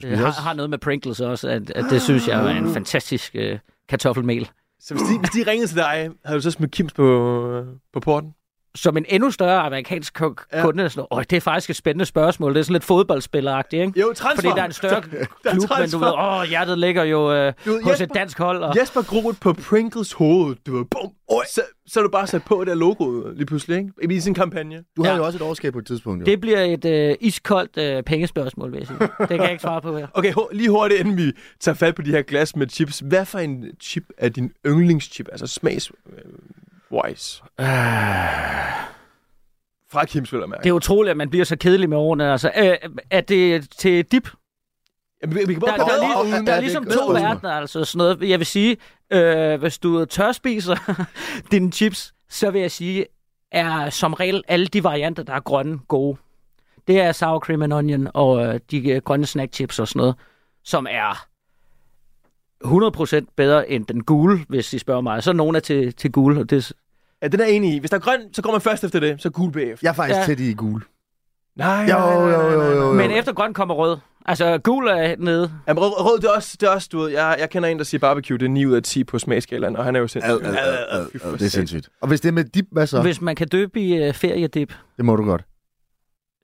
Speaker 3: spiser
Speaker 5: har,
Speaker 3: også-
Speaker 5: har noget med Pringles også, at, at det synes jeg er
Speaker 4: Ah.
Speaker 5: en fantastisk øh, kartoffelmel.
Speaker 4: Så hvis de, hvis de ringede til dig, havde du så smidt Kims på, øh, på porten?
Speaker 5: Som en endnu større amerikansk ko-
Speaker 4: Ja.
Speaker 5: kunde. Sådan, Åh, det er faktisk et spændende spørgsmål. Det er sådan lidt fodboldspilleragtigt, ikke?
Speaker 4: Jo, transfer!
Speaker 5: Fordi der er en større
Speaker 4: Der er
Speaker 5: klub, men du ved,
Speaker 4: transfer.
Speaker 5: åh, hjertet ligger jo øh,
Speaker 4: Du ved,
Speaker 5: hos et
Speaker 4: Jesper-
Speaker 5: dansk hold. Og...
Speaker 4: Jesper Groth på Pringles hoved, du ved, bum, så, så er du bare sat på det der logo lige pludselig, ikke? I sin kampagne.
Speaker 3: Du har
Speaker 5: Ja.
Speaker 3: jo også et overskab på et tidspunkt, jo.
Speaker 5: Det bliver et øh, iskoldt øh, pengespørgsmål, vil jeg sige. Det kan jeg ikke svare på her.
Speaker 4: Okay, hu- lige hurtigt, inden vi tager fat på de her glas med chips. Hvad for en chip er din yndlingschip? Altså smags... øh, Wise. Fra Kims, vil jeg mærke.
Speaker 5: Det er utroligt, at man bliver så kedelig med årene. Altså, øh, er det til dip?
Speaker 4: Jamen, vi, vi kan
Speaker 5: Der,
Speaker 4: bare
Speaker 5: der,
Speaker 4: gå
Speaker 5: er,
Speaker 4: over-
Speaker 5: lige,
Speaker 3: uden-
Speaker 5: der er
Speaker 3: Ja,
Speaker 5: ligesom
Speaker 3: det er
Speaker 5: to
Speaker 3: godt.
Speaker 5: verdener, altså sådan noget. Jeg vil sige, øh, hvis du tørspiser dine chips, så vil jeg sige, er som regel alle de varianter, der er grønne, gode. Det er sour cream and onion og øh, de øh, grønne snackchips og sådan noget, som er 100% bedre end den gule, hvis I spørger mig. Så er nogle er til, til gule, og det, er-
Speaker 4: Ja, den er jeg enig i. Hvis der er grøn, så går man først efter det, så gul bagefter.
Speaker 3: Jeg er faktisk
Speaker 5: Ja.
Speaker 3: ja. tæt i gul.
Speaker 4: Nej,
Speaker 3: Jo,
Speaker 4: nej, nej,
Speaker 3: jo,
Speaker 4: nej,
Speaker 3: jo,
Speaker 4: nej, nej.
Speaker 3: jo, jo.
Speaker 5: Men efter grøn kommer rød. Altså, gul er nede.
Speaker 4: Jamen, rød, rød, det er også, det er også, du ved, jeg, jeg kender en, der siger barbecue, det er 9 ud af 10 på smagsskalaen, og han er jo sindssyg.
Speaker 3: Ad, ad, ad, ad,
Speaker 4: Fy for
Speaker 3: ad, det er
Speaker 4: satan.
Speaker 3: sindssygt. Og hvis det er med dip, hvad så?
Speaker 5: Så. Hvis man kan døbe i øh, feriedip,
Speaker 3: Det må du godt.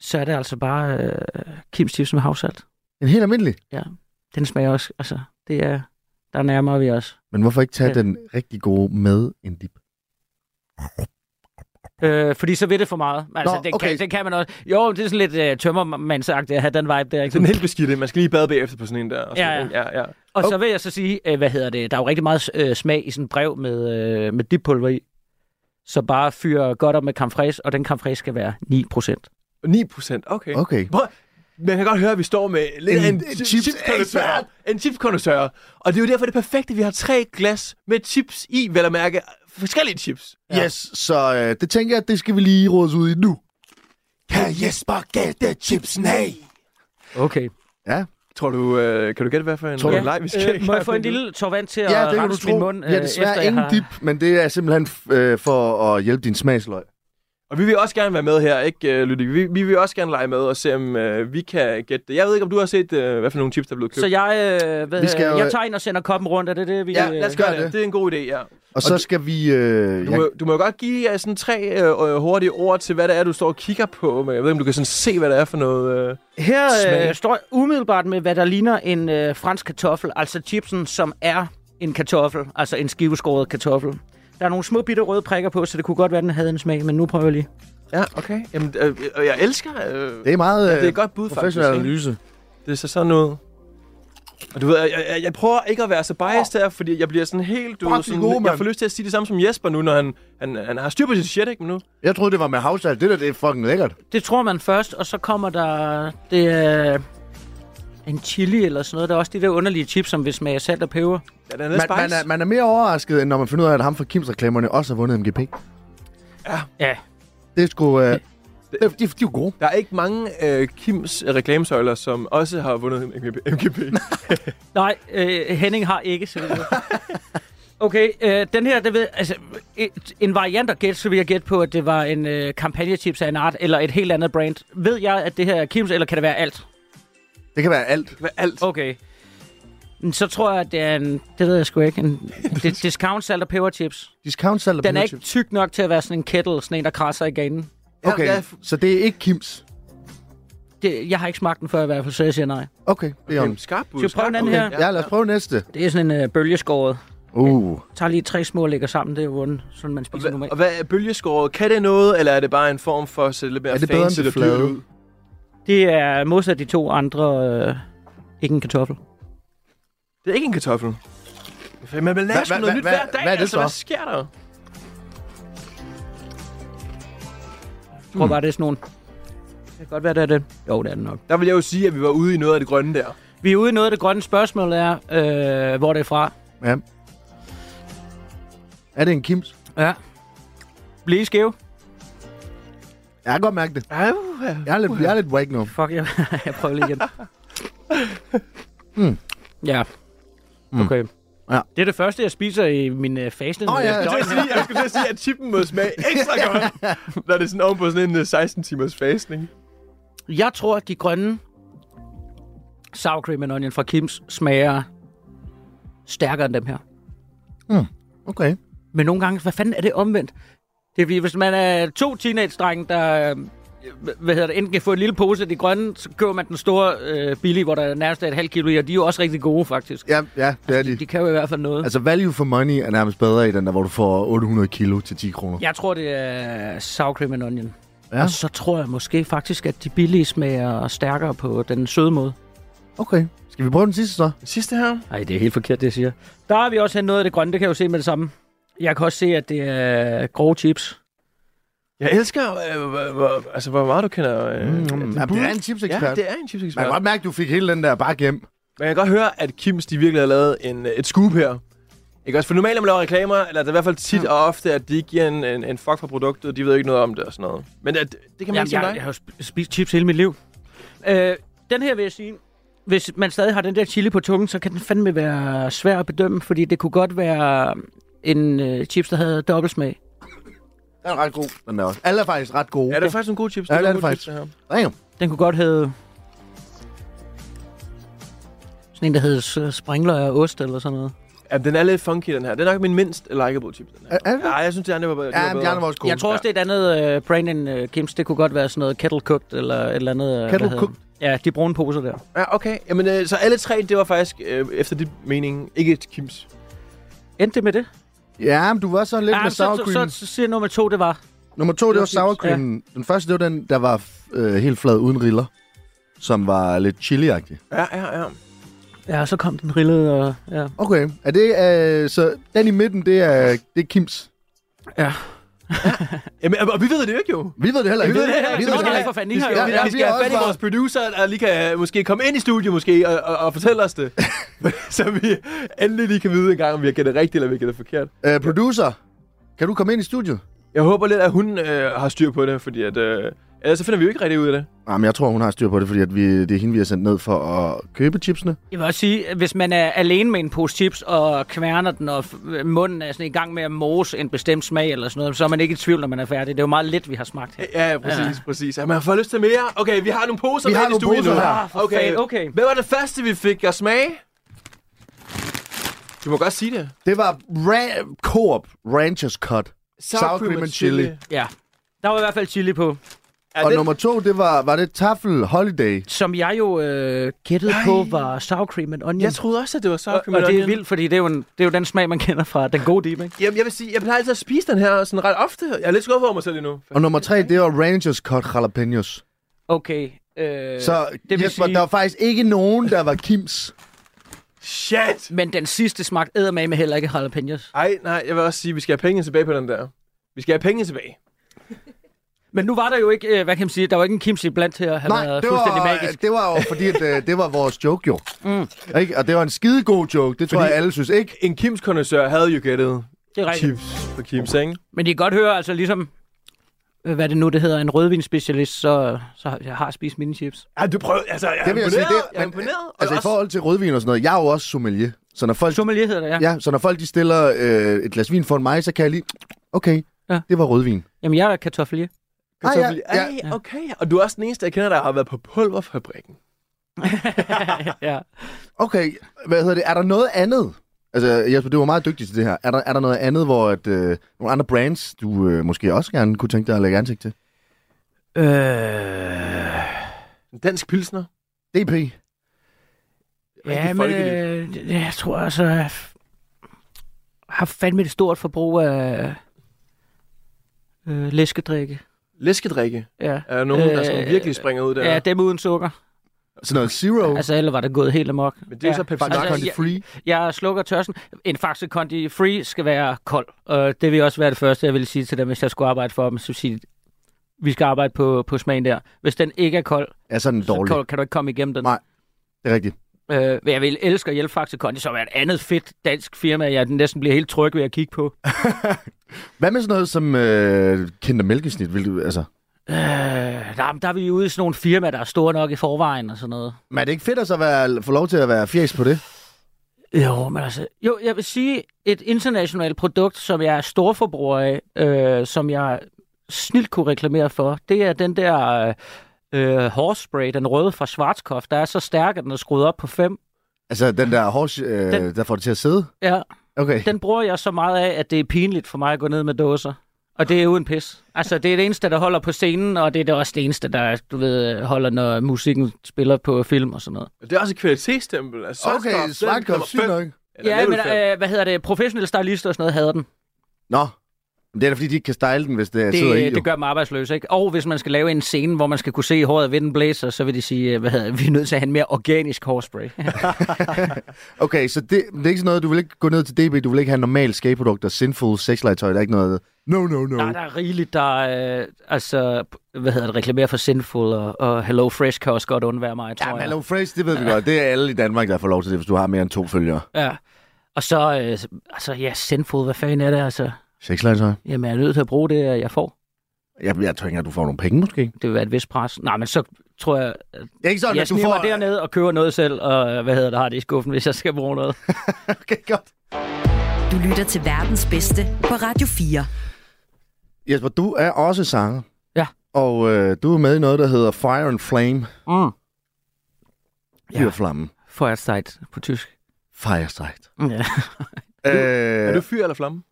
Speaker 5: så er det altså bare øh, Kims chips med havsalt.
Speaker 3: En helt almindelig.
Speaker 5: Den smager også, altså, det er, der nærmer vi os.
Speaker 3: Men hvorfor ikke tage
Speaker 5: Ja.
Speaker 3: ja. den rigtig gode med en dip?
Speaker 5: Øh, fordi så ved det for meget. Altså,
Speaker 3: Nå,
Speaker 5: det,
Speaker 3: okay.
Speaker 5: kan, det kan man også. Jo, det er sådan lidt øh, tømmermandsagtigt at have den vibe der.
Speaker 4: Det er
Speaker 5: Ikke?
Speaker 4: den helt beskidte. Man skal lige bade bagefter på sådan en der. og sådan,
Speaker 5: Ja, ja.
Speaker 4: ikke? ja, ja.
Speaker 5: Og så vil jeg så sige, øh, hvad hedder det, der er jo rigtig meget øh, smag i sådan en brev med, øh, med dippulver i. Så bare fyr godt op med camfræs, og den camfræs skal være 9%.
Speaker 4: Og 9 procent, okay. okay.
Speaker 3: Okay.
Speaker 4: Man kan godt høre, at vi står med lidt en,
Speaker 3: En-
Speaker 4: af en,
Speaker 3: en
Speaker 4: chi-
Speaker 3: chips-
Speaker 4: chipskondensør.
Speaker 3: ekspert.
Speaker 4: En chipskondensør. Og det er jo derfor, det er perfekt, at vi har tre glas med chips i, vel at mærke. Forskellige chips.
Speaker 3: Yes, så øh, det tænker jeg, at det skal vi lige rådes ud i nu.
Speaker 4: Kan Jesper gætte chipsen af?
Speaker 5: Okay.
Speaker 3: Ja,
Speaker 4: Tror du, øh, kan du gætte, hvad for en
Speaker 3: Tror du-
Speaker 4: øh, leg, vi skal
Speaker 5: øh, må jeg få en lille torvand til
Speaker 3: ja
Speaker 5: at
Speaker 3: det kan du
Speaker 5: rense min
Speaker 3: tro.
Speaker 5: mund?
Speaker 3: Vi har
Speaker 5: øh, efter
Speaker 3: desværre
Speaker 5: jeg
Speaker 3: ingen
Speaker 5: har-
Speaker 3: dip, men det er simpelthen f- øh, for at hjælpe din smagsløg.
Speaker 4: Og vi vil også gerne være med her, ikke, øh, Lydik? Vi, vi vil også gerne lege med og se, om øh, vi kan gætte det. Jeg ved ikke, om du har set, øh, hvad for nogle chips, der er blevet købt.
Speaker 5: Så jeg, øh, hvad,
Speaker 3: Vi skal jo-
Speaker 5: jeg tager ind og sender koppen rundt, er det det, vi...
Speaker 4: ja, lad os
Speaker 5: øh,
Speaker 4: gøre
Speaker 3: gør
Speaker 4: det.
Speaker 3: det.
Speaker 4: Det er en god idé, ja.
Speaker 3: Og så skal vi... Øh,
Speaker 4: Du,
Speaker 3: jeg,
Speaker 4: må, du må jo godt give uh, sådan tre uh, hurtige ord til, hvad det er, du står og kigger på. Men jeg ved ikke, om du kan sådan se, hvad det er for noget... Uh...
Speaker 5: Her
Speaker 4: Smag.
Speaker 5: øh, står jeg umiddelbart med, hvad der ligner en øh, fransk kartoffel, altså chipsen, som er en kartoffel, altså en skiveskåret kartoffel. Der er nogle små bitte røde prikker på, så det kunne godt være, den havde en smag, men nu prøver jeg lige.
Speaker 4: Ja, okay. Jamen, øh, øh, jeg elsker... Øh,
Speaker 3: det
Speaker 4: det,
Speaker 3: er meget
Speaker 4: ja,
Speaker 3: øh,
Speaker 4: det er et godt bud, faktisk.
Speaker 3: professionel
Speaker 4: Ikke?
Speaker 3: analyse.
Speaker 4: Det ser sådan ud. Og du ved, jeg, jeg, jeg prøver ikke at være så biased her, fordi jeg bliver sådan helt... Du, ved,
Speaker 3: Fuck, det er
Speaker 4: sådan,
Speaker 3: gode,
Speaker 4: jeg
Speaker 3: mand.
Speaker 4: får lyst til at sige det samme som Jesper nu, når han, han, han har styr på sit shit, ikke? Men nu...
Speaker 3: Jeg troede, det var med havsalt. Det der, det er fucking lækkert.
Speaker 5: Det tror man først, og så kommer der det, øh, en chili eller sådan noget. Der er også de der underlige chips, som vil smage salt og peber.
Speaker 4: Ja, den er lidt
Speaker 3: Man,
Speaker 4: spice.
Speaker 3: man, er, man er mere overrasket, end når man finder ud af, at ham fra Kims reklamerne også har vundet MGP.
Speaker 5: Ja,
Speaker 3: Det er sgu... Øh, det, de, de er jo gode.
Speaker 4: Der er ikke mange øh, Kims øh, reklamesøjler, som også har vundet MGP. MGP.
Speaker 5: Nej, øh, Henning har ikke, så vidt jeg ved. Okay, øh, den her, det ved, altså, et, en variant at gætte, så vil jeg gætte på, at det var en øh, kampagnechips af en art, eller et helt andet brand. Ved jeg, at det her er Kims, eller kan det være alt?
Speaker 3: Det kan være alt.
Speaker 4: Hvad alt.
Speaker 5: Okay. Men Så tror jeg, at det er en, det ved jeg sgu ikke, en d- discount salt og peberchips.
Speaker 3: Discount salt og
Speaker 5: Den er ikke
Speaker 3: peberchips.
Speaker 5: tyk nok til at være sådan en kettle, sådan en, der krasser i ganen.
Speaker 3: Okay,
Speaker 4: Ja, ja,
Speaker 3: så det er ikke Kims.
Speaker 5: Det, jeg har ikke smagt den før i hvert fald, så jeg siger nej.
Speaker 3: Okay, det er om.
Speaker 4: Jamen, skarp bud.
Speaker 5: Skal vi prøve
Speaker 4: skarp
Speaker 5: den anden
Speaker 4: bud.
Speaker 5: her?
Speaker 3: Ja, lad os prøve næste.
Speaker 5: Det er sådan en øh, bølgeskåret.
Speaker 3: Uh.
Speaker 5: Tager lige tre små og lægger sammen, det er jo vundet, sådan man spiser
Speaker 4: Hva,
Speaker 5: normalt.
Speaker 4: og hvad er bølgeskåret? Kan det noget, eller er det bare en form for at se lidt mere
Speaker 3: Er det bedre
Speaker 4: fancy
Speaker 3: end det
Speaker 4: og dyrt
Speaker 3: flade?
Speaker 4: ud?
Speaker 5: Det er modsat de to andre, øh, ikke en kartoffel.
Speaker 4: Det er ikke en kartoffel. For Man vil lære
Speaker 3: Hva-
Speaker 4: sgu
Speaker 3: hva-
Speaker 4: noget
Speaker 3: hva-
Speaker 4: nyt
Speaker 3: hva-
Speaker 4: hver dag,
Speaker 3: hvad er det
Speaker 4: altså.
Speaker 3: så?
Speaker 4: Hvad sker der?
Speaker 5: Jeg
Speaker 3: Hmm.
Speaker 5: tror bare, det er sådan nogle... Det kan godt være, det er det. Jo, det er det nok.
Speaker 4: Der vil jeg jo sige, at vi var ude i noget af det grønne der.
Speaker 5: Vi er ude i noget af det grønne spørgsmål er, øh, hvor det er fra.
Speaker 3: Ja. Er det en Kims?
Speaker 5: Ja. Blive skæv.
Speaker 3: Jeg kan godt mærke det.
Speaker 4: Ej, uh,
Speaker 3: Jeg er lidt, jeg er lidt wack nu.
Speaker 5: Fuck, jeg, jeg prøver lige igen. Ja. Okay.
Speaker 3: Hmm. Ja.
Speaker 5: Det er det første, jeg spiser i min øh, fastende.
Speaker 3: Åh, ja.
Speaker 4: Jeg skulle, til at sige, jeg skulle til at sige, at chippen må smage ekstra godt, når det er sådan oven på sådan en øh, 16-timers fastning.
Speaker 5: Jeg tror, at de grønne sour cream and onion fra Kims smager stærkere end dem her.
Speaker 3: Okay.
Speaker 5: Men nogle gange, hvad fanden er det omvendt? Det er fordi, hvis man er to teenage-drenge, der øh, hvad hedder det, enten kan få en lille pose af de grønne, så køber man den store øh, billige, hvor der nærmest er et halvt kilo i, og de er jo også rigtig gode, faktisk.
Speaker 3: Ja, ja det er de.
Speaker 5: De kan jo i hvert fald noget.
Speaker 3: Altså, value for money er nærmest bedre i den der, hvor du får 800 kilo til 10 kroner.
Speaker 5: Jeg tror, det er sour cream and onion.
Speaker 3: Ja.
Speaker 5: Og så tror jeg måske faktisk, at de billige smager stærkere på den søde måde.
Speaker 3: Okay. Skal vi prøve den sidste så?
Speaker 4: Den sidste her.
Speaker 5: Nej, det er helt forkert, det jeg siger. Der har vi også hen noget af det grønne, det kan jeg jo se med det samme. Jeg kan også se, at det er grove chips.
Speaker 4: Jeg elsker, øh, hvor, hvor, altså, hvor meget du kender... Øh,
Speaker 3: Mm, ja, det er en chipsekspert.
Speaker 4: Ja, det er
Speaker 3: Man
Speaker 4: en
Speaker 3: kan
Speaker 4: chipsekspert.
Speaker 3: godt mærke, at du fik hele den der bare hjem.
Speaker 4: Man kan godt høre, at Kims de virkelig har lavet en, øh, et scoop her. Ikke også? For normalt, når man laver reklamer, eller det er i hvert fald tit og ofte, at de ikke giver en, en, en fuck for produktet, og de ved ikke noget om det og sådan noget. Men at, det kan man
Speaker 5: Jamen,
Speaker 4: ikke sige
Speaker 5: jeg,
Speaker 4: dig.
Speaker 5: jeg har jo sp- spist chips hele mit liv. Øh, den her vil jeg sige, hvis man stadig har den der chili på tungen, så kan den fandme være svær at bedømme, fordi det kunne godt være en øh, chips, der havde dobbeltsmag.
Speaker 3: Den er ret god, den der også. Alle er faktisk ret gode.
Speaker 4: Er det faktisk nogle gode chips?
Speaker 3: Ja, det er
Speaker 4: nogle
Speaker 3: det
Speaker 4: gode chips, her.
Speaker 3: Damn.
Speaker 5: Den kunne godt hedde... Sådan en, der hedder springler og ost eller sådan noget.
Speaker 4: Ja, den er lidt funky, den her. Det er nok min mindst likeable chip, den her.
Speaker 3: Er- er det det?
Speaker 4: Ja, jeg synes, det andet var bedre.
Speaker 3: Ja, men de andre var også gode.
Speaker 5: Jeg tror også, det er et andet øh, brand end øh, Kims. Det kunne godt være sådan noget kettle cooked eller et eller andet... Øh, hvad
Speaker 3: Kettle
Speaker 5: hedder
Speaker 3: cooked?
Speaker 5: det? Ja, de brune poser der.
Speaker 4: Ja, okay. Jamen, øh, så alle tre, det var faktisk, øh, efter dit mening, ikke et Kims.
Speaker 5: Endte det med det?
Speaker 3: Ja, men du var så lidt med sour
Speaker 5: så,
Speaker 3: cream.
Speaker 5: så, så siger nummer to, det var...
Speaker 3: Nummer to,
Speaker 5: det
Speaker 3: det
Speaker 5: var
Speaker 3: var sour
Speaker 5: chips.
Speaker 3: cream. Den første, det var den, der var øh, helt flad uden riller. Som var lidt chili -agtig.
Speaker 4: Ja, ja, ja.
Speaker 5: Ja, så kom den rillede og... Ja.
Speaker 3: Okay. Er det, øh, så den i midten, det er, det er Kims.
Speaker 4: Jamen, og- og vi ved det jo ikke jo.
Speaker 3: Vi ved det heller ikke.
Speaker 4: Vi ved det heller ikke.
Speaker 3: Vi ved det
Speaker 4: Nå,
Speaker 3: heller
Speaker 4: nej,
Speaker 5: for fanden, I
Speaker 4: Vi
Speaker 5: har
Speaker 4: skal,
Speaker 5: jo-
Speaker 4: ja,
Speaker 3: Ja,
Speaker 4: ja, vi
Speaker 3: vi
Speaker 4: skal
Speaker 3: har
Speaker 4: have fat
Speaker 3: også
Speaker 4: i
Speaker 3: bare-
Speaker 4: vores producer, der lige kan øh, måske komme ind i studiet måske, og, og, og fortælle os det. så vi endelig lige kan vide en gang, om vi har gættet rigtigt, eller vi har gættet forkert.
Speaker 3: ikke. Øh, producer, kan du komme ind i studiet?
Speaker 4: Jeg håber lidt, at hun øh, har styr på det, fordi at, øh, ellers så finder vi jo ikke rigtig ud af det.
Speaker 3: Nej, men jeg tror, hun har styr på det, fordi at vi, det er hende, vi har sendt ned for at købe chipsene.
Speaker 5: Jeg vil også sige, at hvis man er alene med en pose chips og kværner den, og f- munden er sådan i gang med at mose en bestemt smag eller sådan noget, så er man ikke i tvivl, når man er færdig. Det er jo meget lidt, vi har smagt her.
Speaker 4: Ja, præcis, ja. præcis. Ja, man får lyst til mere. Okay, vi har nogle poser
Speaker 3: Vi
Speaker 4: med
Speaker 3: har
Speaker 4: ind i
Speaker 3: nogle
Speaker 4: studiet
Speaker 3: poser
Speaker 4: nu.
Speaker 3: her. Ah,
Speaker 5: for fanden, okay.
Speaker 4: Hvad var det første, vi fik at smage? Du må godt sige det.
Speaker 3: Det var ra- Coop Ranchers Cut. Sour cream and chili.
Speaker 5: Ja. Der var i hvert fald chili på,
Speaker 4: Ja,
Speaker 3: Og
Speaker 4: det,
Speaker 3: nummer to, det var, var det Taffel Holiday.
Speaker 5: som jeg jo øh, gættede
Speaker 4: Ej.
Speaker 5: på var sour cream and onion.
Speaker 4: jeg troede også, at det var sour
Speaker 5: og,
Speaker 4: cream and
Speaker 5: og det er
Speaker 4: onion.
Speaker 5: vildt, fordi det er, jo en, det er jo den smag, man kender fra den gode dip, ikke?
Speaker 4: Jamen, jeg vil sige, jeg plejer altid at spise den her sådan ret ofte. Jeg er lidt skuffet over mig selv endnu.
Speaker 3: Og nummer tre, det var Rangers Cut Jalapenos.
Speaker 5: Okay. Øh,
Speaker 3: Så
Speaker 5: det
Speaker 3: det
Speaker 5: vil
Speaker 3: Jesper,
Speaker 5: sige-
Speaker 3: der var faktisk ikke nogen, der var Kims.
Speaker 4: Shit!
Speaker 5: Men den sidste smagte eddermame med heller ikke jalapenos.
Speaker 4: Ej, nej, jeg vil også sige, at vi skal have penge tilbage på den der. Vi skal have penge tilbage.
Speaker 5: Men nu var der jo ikke, øh, hvad kan man sige, der var ikke en kimchi blandt her. Han
Speaker 3: Nej,
Speaker 5: var
Speaker 3: det
Speaker 5: fuldstændig
Speaker 3: var,
Speaker 5: magisk.
Speaker 3: det var jo fordi, at, øh, det var vores joke jo. Mm. Ikke? Og det var en skidegod joke, det tror
Speaker 4: Fordi-
Speaker 3: jeg alle synes, ikke?
Speaker 4: En kims kondensør havde jo gættet
Speaker 5: Det er rigtigt.
Speaker 4: Kims på Kims, ikke?
Speaker 5: Men I kan godt høre, altså ligesom, øh, hvad det nu det hedder, en rødvinspecialist, så, så jeg har spist mine chips.
Speaker 4: Ja, du prøver, altså, jeg er
Speaker 3: Det vil jeg sige, det,
Speaker 4: jeg er imponeret. Og
Speaker 3: altså i
Speaker 4: også-
Speaker 3: forhold til rødvin og sådan noget, jeg er jo også sommelier. Så når folk,
Speaker 5: Sommelier hedder det, ja. ja.
Speaker 3: ja, så når folk de stiller øh, et glas vin foran mig, så kan jeg lige, okay,
Speaker 5: Ja.
Speaker 3: ja. det var rødvin.
Speaker 5: Jamen, jeg er kartoffelier.
Speaker 3: Ah, ja, ja.
Speaker 4: Ej, okay. Og du er også den eneste, jeg kender, der har været på pulverfabrikken.
Speaker 5: ja.
Speaker 3: Okay, hvad hedder det? Er der noget andet? Altså, Jesper, du var meget dygtig til det her. Er der, er der noget andet, hvor at, øh, nogle andre brands, du øh, måske også gerne kunne tænke dig at lægge ansigt til?
Speaker 5: Øh,
Speaker 4: En dansk pilsner.
Speaker 3: DP.
Speaker 5: ja, men
Speaker 4: folkeligt.
Speaker 5: øh, jeg tror altså, jeg f- har fandme et stort forbrug af øh, læskedrikke.
Speaker 4: Læskedrikke
Speaker 5: Ja.
Speaker 4: er nogen, øh, der
Speaker 5: Øh,
Speaker 4: sådan virkelig springer ud der.
Speaker 5: ja, dem uden sukker.
Speaker 3: Sådan noget zero.
Speaker 5: Altså, eller var det gået helt amok.
Speaker 4: Men det er
Speaker 5: Ja.
Speaker 4: så Pepsi
Speaker 3: Faktisk
Speaker 4: Max.
Speaker 5: altså,
Speaker 3: altså,
Speaker 5: jeg-
Speaker 3: free.
Speaker 5: Jeg slukker tørsten. En Faxe Kondi Free skal være kold. Og det vil også være det første, jeg vil sige til dem, hvis jeg skulle arbejde for dem. Så sige, vi skal arbejde på, på smagen der. Hvis den ikke er kold,
Speaker 3: Ja, sådan
Speaker 5: så
Speaker 3: dårlig.
Speaker 5: kold, kan du ikke komme igennem den.
Speaker 3: Nej. Det er rigtigt.
Speaker 5: Øh, men jeg vil elske at hjælpe Faxe Kondi, som er et andet fedt dansk firma, jeg næsten bliver helt tryg ved at kigge på.
Speaker 3: Hvad med sådan noget som øh, kinder mælkesnit? Vil du, altså,
Speaker 5: Øh, nej, men der er vi ude i sådan nogle firmaer, der er store nok i forvejen og sådan noget.
Speaker 3: men er det ikke fedt at så være, få lov til at være fjæs på det?
Speaker 5: Jo, men altså, jo, jeg vil sige, et internationalt produkt, som jeg er storforbruger af, øh, som jeg snilt kunne reklamere for, det er den der øh, øh, hårspray, den røde fra Schwarzkopf, der er så stærk, at den er skruet op på 5.
Speaker 3: Altså, den der hårs, øh,
Speaker 5: Den-
Speaker 3: der får det til at sidde?
Speaker 5: Ja,
Speaker 3: Okay.
Speaker 5: den bruger jeg så meget af, at det er pinligt for mig at gå ned med dåser. Og det er jo en pis. Altså, det er det eneste, der holder på scenen, og det er det også det eneste, der du ved, holder, når musikken spiller på film og sådan noget.
Speaker 4: Altså, Det er også et kvalitetsstempel. Altså,
Speaker 3: okay, Svartkopf, sygt nok.
Speaker 5: Ja, men øh, hvad hedder det? Professionelle stylister og sådan noget havde den.
Speaker 3: Nå, men det er da fordi, de ikke kan style den, hvis det, det sidder i.
Speaker 5: Det,
Speaker 3: jo.
Speaker 5: det gør dem arbejdsløse, ikke? Og hvis man skal lave en scene, hvor man skal kunne se håret ved en blazer, så vil de sige, øh, hvad hedder, det, vi er nødt til at have en mere organisk hårspray.
Speaker 3: Okay, så det, det er ikke sådan noget, du vil ikke gå ned til DB, du vil ikke have normale skateprodukt og sinful sexlegetøj, der er ikke noget... No, no, no.
Speaker 5: der, der er rigeligt, der øh, altså, hvad hedder det, reklamerer for Sinful, og, og Hello Fresh kan også godt undvære mig, tror
Speaker 3: Ja, men
Speaker 5: jeg.
Speaker 3: Hello Fresh, det ved vi godt. Det er alle i Danmark, der får lov til det, hvis du har mere end to følgere.
Speaker 5: Ja. Og så, øh, altså, ja, Sinful, hvad fanden er det, altså?
Speaker 3: Sexlegetøj?
Speaker 5: Jamen, jeg er nødt til at bruge det, jeg får.
Speaker 3: Jeg, jeg tænker, at du får nogle penge måske.
Speaker 5: Det vil være et vist pres. Nej, men så tror jeg,
Speaker 3: Det er ikke sådan,
Speaker 5: jeg
Speaker 3: at du
Speaker 5: sniger
Speaker 3: får...
Speaker 5: mig dernede og køber noget selv, og øh, hvad hedder det, har det i skuffen, hvis jeg skal bruge noget.
Speaker 3: Okay, godt.
Speaker 2: Du lytter til verdens bedste på Radio 4.
Speaker 3: Jesper, du er også sanger.
Speaker 5: Ja.
Speaker 3: Og øh, du er med i noget, der hedder Fire and Flame.
Speaker 5: Mm.
Speaker 3: Ja. Fyr og flamme.
Speaker 5: Firesight på tysk.
Speaker 3: Firesight.
Speaker 5: Ja.
Speaker 3: Øh,
Speaker 4: Er du fyr eller flamme?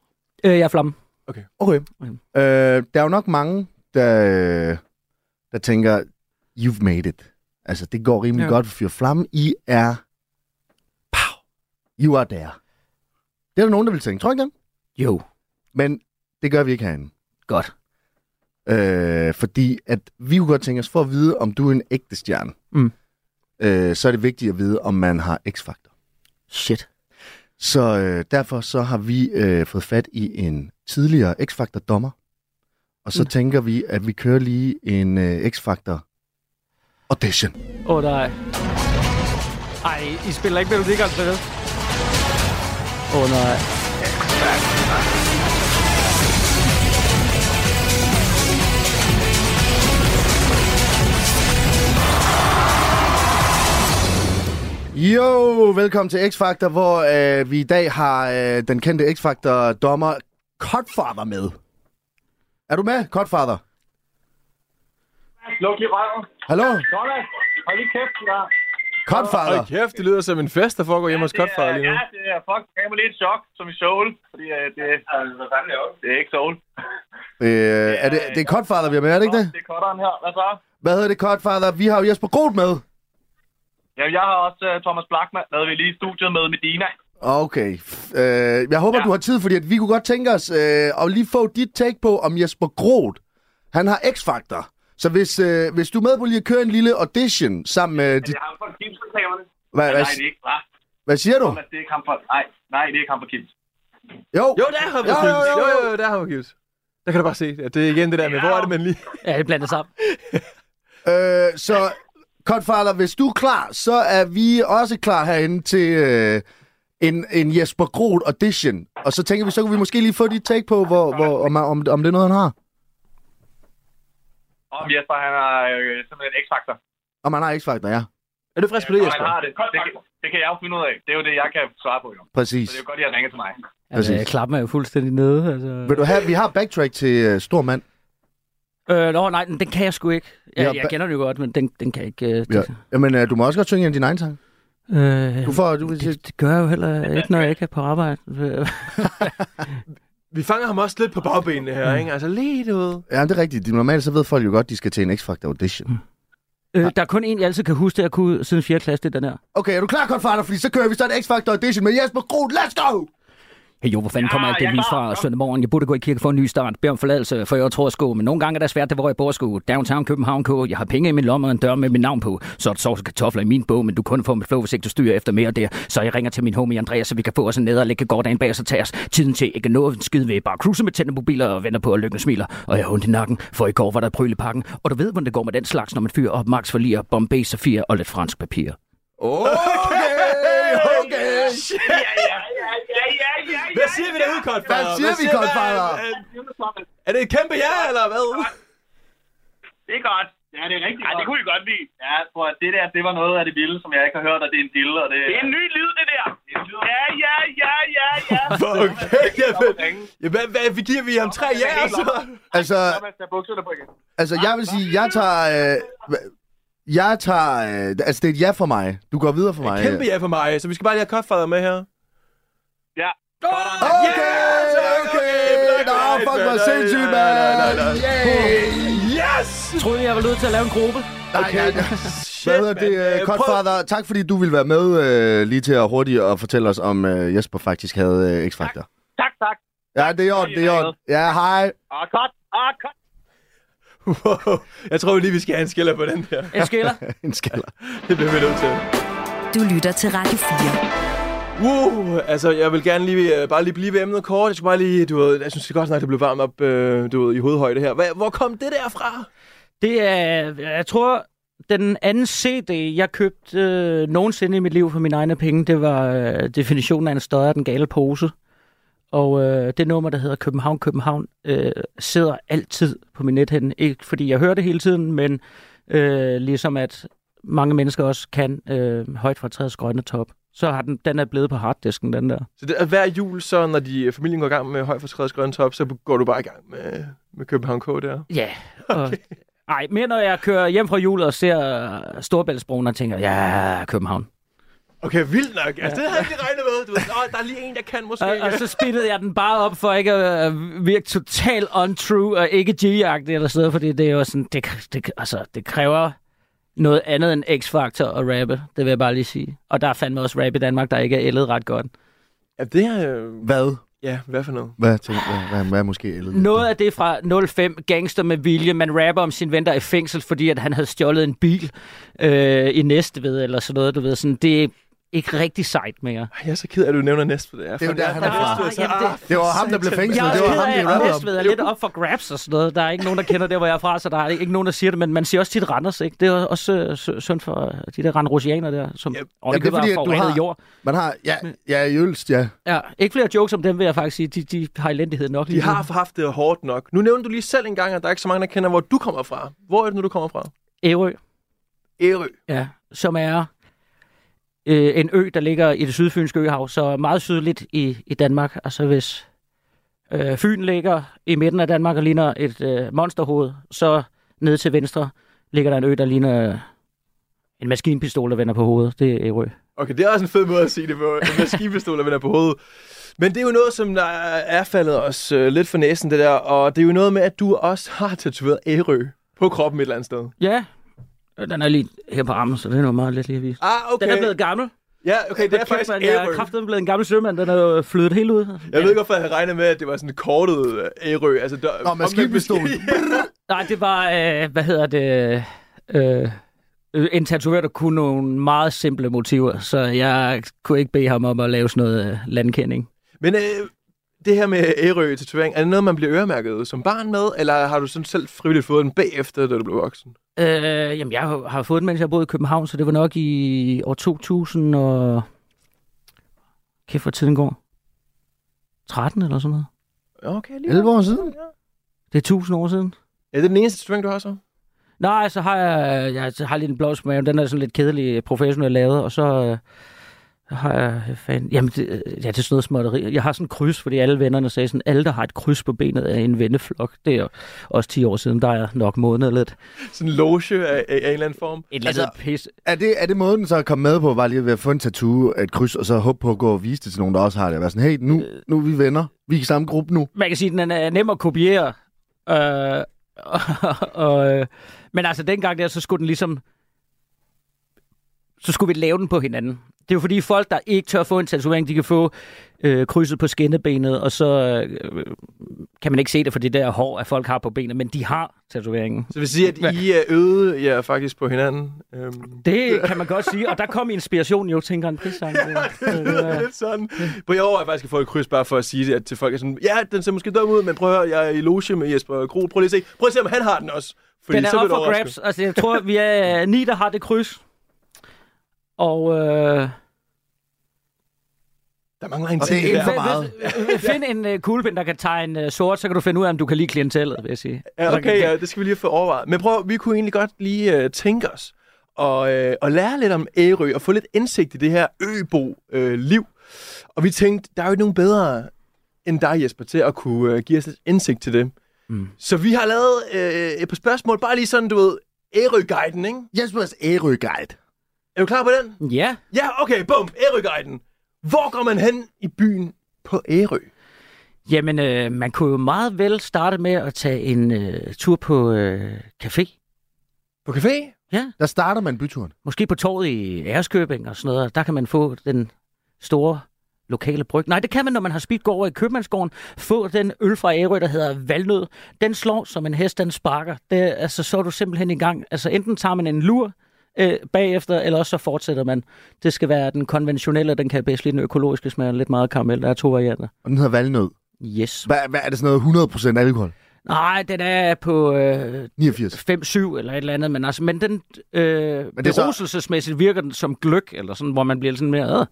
Speaker 5: Øh, jeg er flamme.
Speaker 3: Okay.
Speaker 5: Okay.
Speaker 3: Øh, der er jo nok mange, der, øh, der tænker, you've made it. Altså, det går rimelig
Speaker 5: Ja.
Speaker 3: ja. godt for Fyr og Flamme. I er... Pow. You are there. Det er der nogen, der vil tænke. Tror jeg ikke det?
Speaker 5: Jo.
Speaker 3: Men det gør vi ikke herinde.
Speaker 5: Godt.
Speaker 3: Øh, fordi at vi kunne godt tænke os, for at vide, om du er en ægte stjerne,
Speaker 5: Mm.
Speaker 3: øh, så er det vigtigt at vide, om man har x-faktor.
Speaker 5: Shit.
Speaker 3: Så øh, derfor så har vi øh, fået fat i en tidligere X-Factor-dommer. Og så
Speaker 5: Mm.
Speaker 3: mm. tænker vi, at vi kører lige en øh, X-Factor audition.
Speaker 5: Åh, oh, nej. Ej, I spiller ikke Melodi Grand Prix, vel? Åh, oh, nej.
Speaker 3: Jo, velkommen til X-Factor, hvor øh, vi i dag har øh, den kendte X-Factor-dommer Cutfather med. Er du med, Cutfather?
Speaker 1: Luk i røven.
Speaker 3: Hallo?
Speaker 1: Sådan. Hold lige kæft, du der.
Speaker 3: Cutfather?
Speaker 4: Ej, kæft, det lyder som en fest, der foregår hjemme hos Godfather lige nu.
Speaker 1: Ja, det er fuck. Jeg må lige et chok, som i Soul. Fordi uh, det, det er ikke Soul.
Speaker 3: Øh, er det, det er Cutfather, vi har med, er det ikke det?
Speaker 1: Det er kotteren her. Hvad så?
Speaker 3: Hvad hedder det, Cutfather? Vi har jo Jesper Groth med.
Speaker 1: Jamen, jeg har også uh, Thomas Blackman, lavede vi lige i studiet med Medina.
Speaker 3: Okay. f- Øh, jeg håber, ja.
Speaker 1: Ja.
Speaker 3: du har tid, fordi at vi kunne godt tænke os øh, at lige få dit take på, om Jesper Groth, han har X-Factor. Så hvis, øh, hvis du er med på lige at køre en lille audition sammen med... Dit,
Speaker 1: Det er ham fra Kims-reklamerne.
Speaker 3: hvad,
Speaker 1: Nej,
Speaker 3: hvad,
Speaker 1: det er ikke, hva?
Speaker 3: hvad siger du?
Speaker 1: Men det er ikke ham fra... Nej, nej, det er ikke ham fra Kims.
Speaker 3: Jo,
Speaker 4: Jo, der har man
Speaker 3: Jo,
Speaker 4: givet.
Speaker 3: jo, jo,
Speaker 4: Jo,
Speaker 3: jo.
Speaker 4: jo, jo, der har man givet. Der kan du bare se, at det er igen det der med, hvor er det, man lige...
Speaker 5: Ja, det blandet sammen.
Speaker 3: øh, så Kotfaller, hvis du er klar, så er vi også klar herinde til øh, en, en Jesper Groth audition. Og så tænker vi, så kunne vi måske lige få dit take på, hvor, hvor, om, om, om det er noget, han har.
Speaker 1: Om Jesper, han er øh, simpelthen en X-faktor.
Speaker 3: Om han har X-Factor, ja.
Speaker 4: Er du frisk på det,
Speaker 1: Og han
Speaker 4: Jesper?
Speaker 1: har det. Det, kan- det kan jeg jo finde ud af. Det er jo det, jeg kan svare på, jo.
Speaker 3: Præcis.
Speaker 1: Så det er jo godt, I har ringet til mig.
Speaker 5: Altså,
Speaker 3: Præcis.
Speaker 5: jeg klapper jo fuldstændig nede. Altså.
Speaker 3: Vil du have, vi har backtrack til øh, stor mand.
Speaker 5: Øh, nå, nej, den den kan jeg sgu ikke. Jeg,
Speaker 3: Ja,
Speaker 5: jeg
Speaker 3: ba-
Speaker 5: kender den jo godt, men den, den kan jeg ikke. Øh, det,
Speaker 3: Ja. Jamen, øh, du må også godt synge en af dine egne sange.
Speaker 5: øh,
Speaker 3: Du får, du,
Speaker 5: det, det gør jeg jo heller ikke, når jeg ikke er på arbejde. Øh,
Speaker 4: Vi fanger ham også lidt på bagbenene
Speaker 3: Mm.
Speaker 4: her, ikke? Altså, lidt ud.
Speaker 3: ja, det er rigtigt. Normalt så ved folk jo godt, de skal til en X-Factor
Speaker 5: Mm.
Speaker 3: audition.
Speaker 5: øh, der er kun en, jeg altid kan huske, det jeg kunne siden 4. klasse, det er den her.
Speaker 3: Okay, er du klar, Konfater? Fordi så kører vi så en X-Factor audition med Jesper Groth. Let's go!
Speaker 6: Jo, hvor fanden kommer
Speaker 1: Ja,
Speaker 6: alt det
Speaker 1: jeg
Speaker 6: lys
Speaker 1: er klar.
Speaker 6: fra søndag morgen? Jeg burde gå i kirke for en ny start. Bed om forladelse, for jeg tror at sko. Men nogle gange er det svært, det hvor jeg bor at sko. Downtown København K. Jeg har penge i min lomme og en dør med mit navn på. Så er der sovs og kartofler i min bog, men du kun får mit flow, hvis ikke du styrer efter mere der. Så jeg ringer til min homie Andreas, så vi kan få os en ned og lægge gårdagen bag os og tage os tiden til ikke noget en skid ved. Bare cruise med tændte mobiler og venter på, at lykken smiler. Og jeg har ondt i nakken, for i går var der et prøl i pakken. Og du ved, hvordan det går med den slags, når man fyrer op max for lige Bombay Safir og lidt fransk papir.
Speaker 3: Okay, okay.
Speaker 1: Ja, ja, ja, ja, ja, ja,
Speaker 4: Hvad siger vi derude, Godfather?
Speaker 3: Hvad siger vi, Godfather?
Speaker 4: Er, er det et kæmpe ja, eller hvad?
Speaker 1: Det er godt. Ja, det er rigtig godt. det kunne I godt lide. Ja, for at det der, det var noget af det vilde, som jeg ikke har hørt, og det er en dille, og det... Det er en ny lyd, det der. Ja, ja, ja, ja, ja.
Speaker 4: Okay, jamen,
Speaker 1: ringe.
Speaker 4: jamen, hvad, hvad, vi giver vi ham tre ja, så?
Speaker 3: Altså,
Speaker 1: Thomas, tag bukserne på igen.
Speaker 3: altså, jeg vil sige, jeg tager... Øh, hva- jeg tager... Øh, altså, det er et ja for mig. Du går videre for mig. øh.
Speaker 4: Kæmpe ja for mig, så vi skal bare lige have Godfather med her.
Speaker 1: Ja.
Speaker 3: Okay, okay. Nå, fuck mig sindssygt, mand. Yeah.
Speaker 4: Yes!
Speaker 5: Troede jeg var nødt til at lave en gruppe?
Speaker 3: Okay. Hvad
Speaker 4: Shit,
Speaker 3: hedder det,
Speaker 4: mand.
Speaker 3: øh,
Speaker 4: Øh, prøv-
Speaker 3: Godfather? Tak fordi du ville være med øh, lige til at hurtigt at fortælle os, om øh, Jesper faktisk havde øh, X-Factor.
Speaker 1: Tak, tak.
Speaker 3: Ja, det er orden, det er orden. Ja, hej.
Speaker 1: Ah, cut. Ah, cut.
Speaker 4: Wow. Jeg tror lige, vi skal have en skiller på den der.
Speaker 5: En skiller?
Speaker 3: En skaller.
Speaker 4: Det bliver vi nødt til.
Speaker 2: Du lytter til Radio 4.
Speaker 4: Wow, altså jeg vil gerne lige, øh, bare lige blive ved emnet kort. Jeg skal bare lige, du ved, jeg synes det er godt snart, det blev varmt op øh, du ved, i hovedhøjde her. Hvad, hvor kom det der fra?
Speaker 5: Det er, jeg tror, den anden CD, jeg købte øh, nogensinde i mit liv for mine egne penge, det var øh, definitionen af en støder af den gale pose. Og øh, det nummer, der hedder København, København, øh, sidder altid på min nethænde. Ikke fordi jeg hører det hele tiden, men øh, ligesom at mange mennesker også kan øh, højt fra træets grønne top. Så har den, den er blevet på harddisken, den der.
Speaker 4: Så det, er hver jul, så når de, øh, familien går i gang med høj forskredet grøn top, så går du bare i gang med, med København K der.
Speaker 5: Ja. Og, Ej, mere når jeg kører hjem fra julet og ser øh, Storbæltsbroen og tænker, ja, København.
Speaker 4: Okay, vildt nok. Altså, det havde jeg ikke regnet med. Du ved, Nå, der er lige en, der kan måske.
Speaker 5: Og, og så spillede jeg den bare op for ikke at øh, virke totalt untrue og ikke G-agtig eller sådan noget, fordi det er jo sådan, det, det, altså, det kræver noget andet end X-Factor at rappe, det vil jeg bare lige sige. Og der er fandme også rap i Danmark, der ikke er ældet ret godt.
Speaker 4: Ja, det er... Øh,
Speaker 3: Hvad?
Speaker 4: ja, hvad for noget?
Speaker 3: Hvad, tænker, hvad, hvad, hvad er måske ældet?
Speaker 5: Noget af det fra 05, Gangster med vilje, man rapper om sin ven, der er i fængsel, fordi at han havde stjålet en bil øh, i Næstved eller sådan noget, du ved. Sådan, det er ikke rigtig sejt mere.
Speaker 4: Ej, jeg er så ked af, at du nævner Næstved. Det er,
Speaker 3: jo der, han er fra.
Speaker 5: Jamen,
Speaker 4: ah,
Speaker 5: det-
Speaker 3: Det var ham, der blev
Speaker 5: Jeg
Speaker 3: fængslet.
Speaker 5: er
Speaker 3: Altså, Det
Speaker 5: også
Speaker 3: var ham,
Speaker 5: ked af,
Speaker 3: de
Speaker 5: at
Speaker 3: rappede om.
Speaker 5: Næstved er lidt op for grabs og sådan noget. Der er ikke nogen, der kender det, hvor jeg er fra, så der er ikke nogen, der siger det, men man siger også tit Randers, ikke? Det er også øh, sy- synd for øh, de der randrusianer der, som
Speaker 4: Jamen,
Speaker 5: ordentligt
Speaker 3: jamen, det er fordi,
Speaker 5: var
Speaker 3: at du
Speaker 5: forurenet
Speaker 3: har-
Speaker 5: jord.
Speaker 3: Man har... Ja, ja, i Ølst, ja.
Speaker 5: Ja, ikke flere jokes om dem, vil jeg faktisk sige. De, de har elendighed nok
Speaker 4: De
Speaker 5: lige nu.
Speaker 4: har haft det hårdt nok. Nu nævnte du lige selv engang, at der er ikke så mange, der kender, hvor du kommer fra. Hvor er det nu, du kommer fra?
Speaker 5: Ærø,
Speaker 4: Ærø.
Speaker 5: ja, som er øh, en ø, der ligger i det sydfynske øhav, så meget sydligt i, i Danmark. Altså hvis øh, Fyn ligger i midten af Danmark og ligner et øh, monsterhoved, så ned til venstre ligger der en ø, der ligner øh, en maskinpistol, der vender på hovedet. Det er Ærø.
Speaker 4: Okay, det er også en fed måde at sige det på. Med skibestol, der vender på hovedet. Men det er jo noget, som der er faldet os øh, lidt for næsen, det der. Og det er jo noget med, at du også har tatoveret Ærø på kroppen et eller andet sted.
Speaker 5: Ja, Øh, den er lige her på armen, så det er noget meget let lige at vise.
Speaker 4: Ah, okay.
Speaker 5: Den er blevet gammel.
Speaker 4: Ja, okay, det er
Speaker 5: Kæft,
Speaker 4: faktisk
Speaker 5: mand, jeg er
Speaker 4: Ærø.
Speaker 5: kraftedeme blevet en gammel sømand. Den er jo flyttet helt ud.
Speaker 4: Jeg ved ikke, hvorfor jeg havde regnet med, at det var sådan et kortet øh, Ærø. Altså, der,
Speaker 3: Nå, maskinpistol.
Speaker 5: Nej, det var, øh, hvad hedder det, øh, øh, en tatoverer, der kunne nogle meget simple motiver, så jeg kunne ikke bede ham om at lave sådan noget øh, landkending.
Speaker 4: Men øh, det her med ærø tatovering, er det noget, man bliver øremærket som barn med, eller har du sådan selv frivilligt fået den bagefter, da du blev voksen?
Speaker 5: Øh, jamen, jeg har- har fået den, mens jeg boede i København, så det var nok i år 2000 og... Kæft, hvor tiden går. 13 eller sådan noget.
Speaker 4: Okay, lige
Speaker 3: 11 år siden.
Speaker 5: Det er 1000 år siden.
Speaker 4: Ja, det er den eneste tatovering, du har så?
Speaker 5: Nej, så har jeg, jeg har lidt en blomst på maven. Den er sådan lidt kedelig professionelt lavet, og så øh, har jeg... hvad Fanden, jamen, det, øh, ja, det er sådan noget småtteri. Jeg har sådan en kryds, fordi alle vennerne sagde sådan, alle, der har et kryds på benet, er en venneflok. Det er jo også 10 år siden, der er jeg nok modnet lidt.
Speaker 4: Sådan en loge af, af, af en eller anden form?
Speaker 5: Et altså, lidt pis.
Speaker 3: Er det, er det måden så at komme med på, var lige ved at få en tattoo af et kryds, og så håbe på at gå og vise det til nogen, der også har det? Være sådan, hey, nu, nu er vi venner. Vi er i samme gruppe nu.
Speaker 5: Man kan sige, at den er nem at kopiere. Øh, og, øh, men altså, dengang der, så skulle den ligesom... Så skulle vi lave den på hinanden. Det er jo fordi folk, der ikke tør få en tatovering, de kan få øh, krydset på skinnebenet, og så øh, kan man ikke se det for det der hår, at folk har på benet, men de har tatoveringen.
Speaker 4: Så vil sige, at I er øde jer faktisk på hinanden. Øhm,
Speaker 5: Det kan man godt sige, og der kom inspiration jo, tænker en Øh, prissang.
Speaker 4: det er lidt sådan. På i år har jeg faktisk fået et kryds bare for at sige det til folk. Jeg Er sådan, ja, den ser måske dum ud, men prøv at høre, jeg er i loge med Jesper Kro. Prøv lige at se, prøv at se om han har den også. Fordi
Speaker 5: Den er
Speaker 4: så
Speaker 5: op
Speaker 4: vil du
Speaker 5: for
Speaker 4: overraske.
Speaker 5: grabs. Altså, jeg tror, vi er ni, der har det kryds. Og øh,
Speaker 4: Der mangler en
Speaker 3: Og det er
Speaker 4: ting
Speaker 3: ikke
Speaker 4: der.
Speaker 3: for
Speaker 5: Find-
Speaker 3: meget.
Speaker 5: hvis- Find en øh, kuglepind, der kan tegne øh, sort, så kan du finde ud af, om du kan lide klientellet, vil jeg sige.
Speaker 4: Ja, okay, ja, det skal vi lige få overvejet. Men prøv, vi kunne egentlig godt lige øh, tænke os og, øh, og lære lidt om Ærø og få lidt indsigt i det her øbo-liv. og vi tænkte, der er jo ikke nogen bedre end dig, Jesper, til at kunne øh, give os lidt indsigt til det. Mm. Så vi har lavet øh, et par spørgsmål, bare lige sådan, du ved, Ærø-guiden, ikke?
Speaker 3: Jespers Ærø-guide.
Speaker 4: Er du klar på den?
Speaker 5: Ja,
Speaker 4: Ja, okay, bum, Ærø-guiden. Hvor går man hen i byen på Ærø?
Speaker 5: jamen øh, man kunne jo meget vel starte med at tage en øh, tur på øh, café.
Speaker 4: På café?
Speaker 3: Der starter man byturen.
Speaker 5: Måske på torvet i Æreskøbing og sådan noget. og Der kan man få den store lokale bryg. Nej, det kan man, når man har spidt går over i Købmandsgården. Få den øl fra Ærø, der hedder Valnød. Den slår, som en hest, den sparker. Det, er- altså, så er du simpelthen i gang. Altså, enten tager man en lur øh, bagefter, eller også så fortsætter man. Det skal være den konventionelle, den kan jeg bedst lide. Den økologiske smager lidt meget af karamel. Der er to varianter.
Speaker 3: Og den hedder valnød.
Speaker 5: Yes.
Speaker 3: Hvad, hvad er det sådan noget 100% alkohol?
Speaker 5: Nej, den er på øh,
Speaker 3: 89.
Speaker 5: 5-7 eller et eller andet, men, altså, men den øh, men
Speaker 3: det er så-
Speaker 5: beruselsesmæssigt virker den som gløk, eller sådan, hvor man bliver sådan mere øh,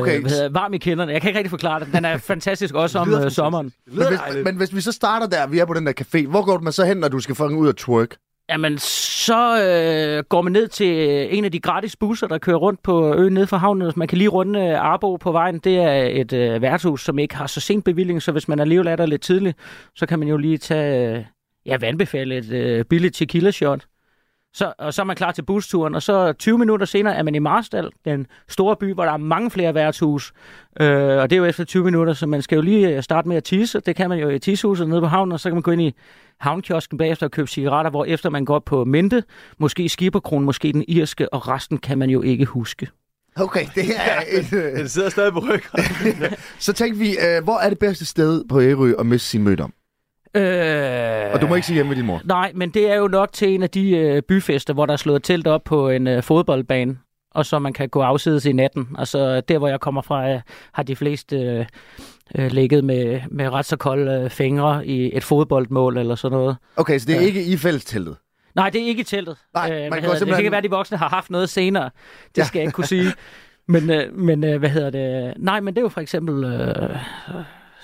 Speaker 3: Okay.
Speaker 5: øh, hvad hedder, det, varm i kinderne. Jeg kan ikke rigtig forklare det. Den er fantastisk også om øh, sommeren.
Speaker 3: Men hvis, men hvis vi så starter der, vi er på den der café, hvor går man så hen, når du skal fucking ud og twerk?
Speaker 5: Jamen, så øh, går man ned til øh, en af de gratis busser, der kører rundt på øen nede for havnen. Man kan lige runde øh, Arbo på vejen. Det er et øh, værtshus, som ikke har så sent bevilling, så hvis man alligevel er der lidt tidligt, så kan man jo lige tage, øh, ja, vil anbefale et øh, billigt tequila-shot. Så, og så er man klar til busturen, og så 20 minutter senere er man i Marstal, den store by, hvor der er mange flere værtshus. Øh, og det er jo efter 20 minutter, så man skal jo lige øh, starte med at tisse. Det kan man jo i tissehuset nede på havnen, og så kan man gå ind i havnkiosken bagefter og købe cigaretter, hvor efter man går på Mente, måske Skipperkron, måske den irske, og resten kan man jo ikke huske.
Speaker 3: Okay, det er et, øh,
Speaker 4: Den sidder stadig på ryggen.
Speaker 3: Så tænkte vi, øh, hvor er det bedste sted på Ærø at miste sin mødom?
Speaker 5: Øh...
Speaker 3: Og du må ikke sige hjemme ved din mor.
Speaker 5: Nej, men det er jo nok til en af de øh, byfester, hvor der er slået telt op på en øh, fodboldbane, og så man kan gå afsides i natten. Og så der, hvor jeg kommer fra, øh, har de fleste øh, øh, ligget med, med ret så kolde øh, fingre i et fodboldmål eller sådan noget.
Speaker 3: Okay, så det er ja. ikke i fællesteltet.
Speaker 5: Nej, det er ikke i teltet. Øh,
Speaker 3: Nej, man
Speaker 5: hvad
Speaker 3: går
Speaker 5: hedder det? det
Speaker 3: simpelthen-
Speaker 5: kan være, at de voksne har haft noget senere. Det
Speaker 3: Ja.
Speaker 5: ja. skal jeg ikke kunne sige. Men, øh, men øh, hvad hedder det? Nej, men det er jo for eksempel øh, sådan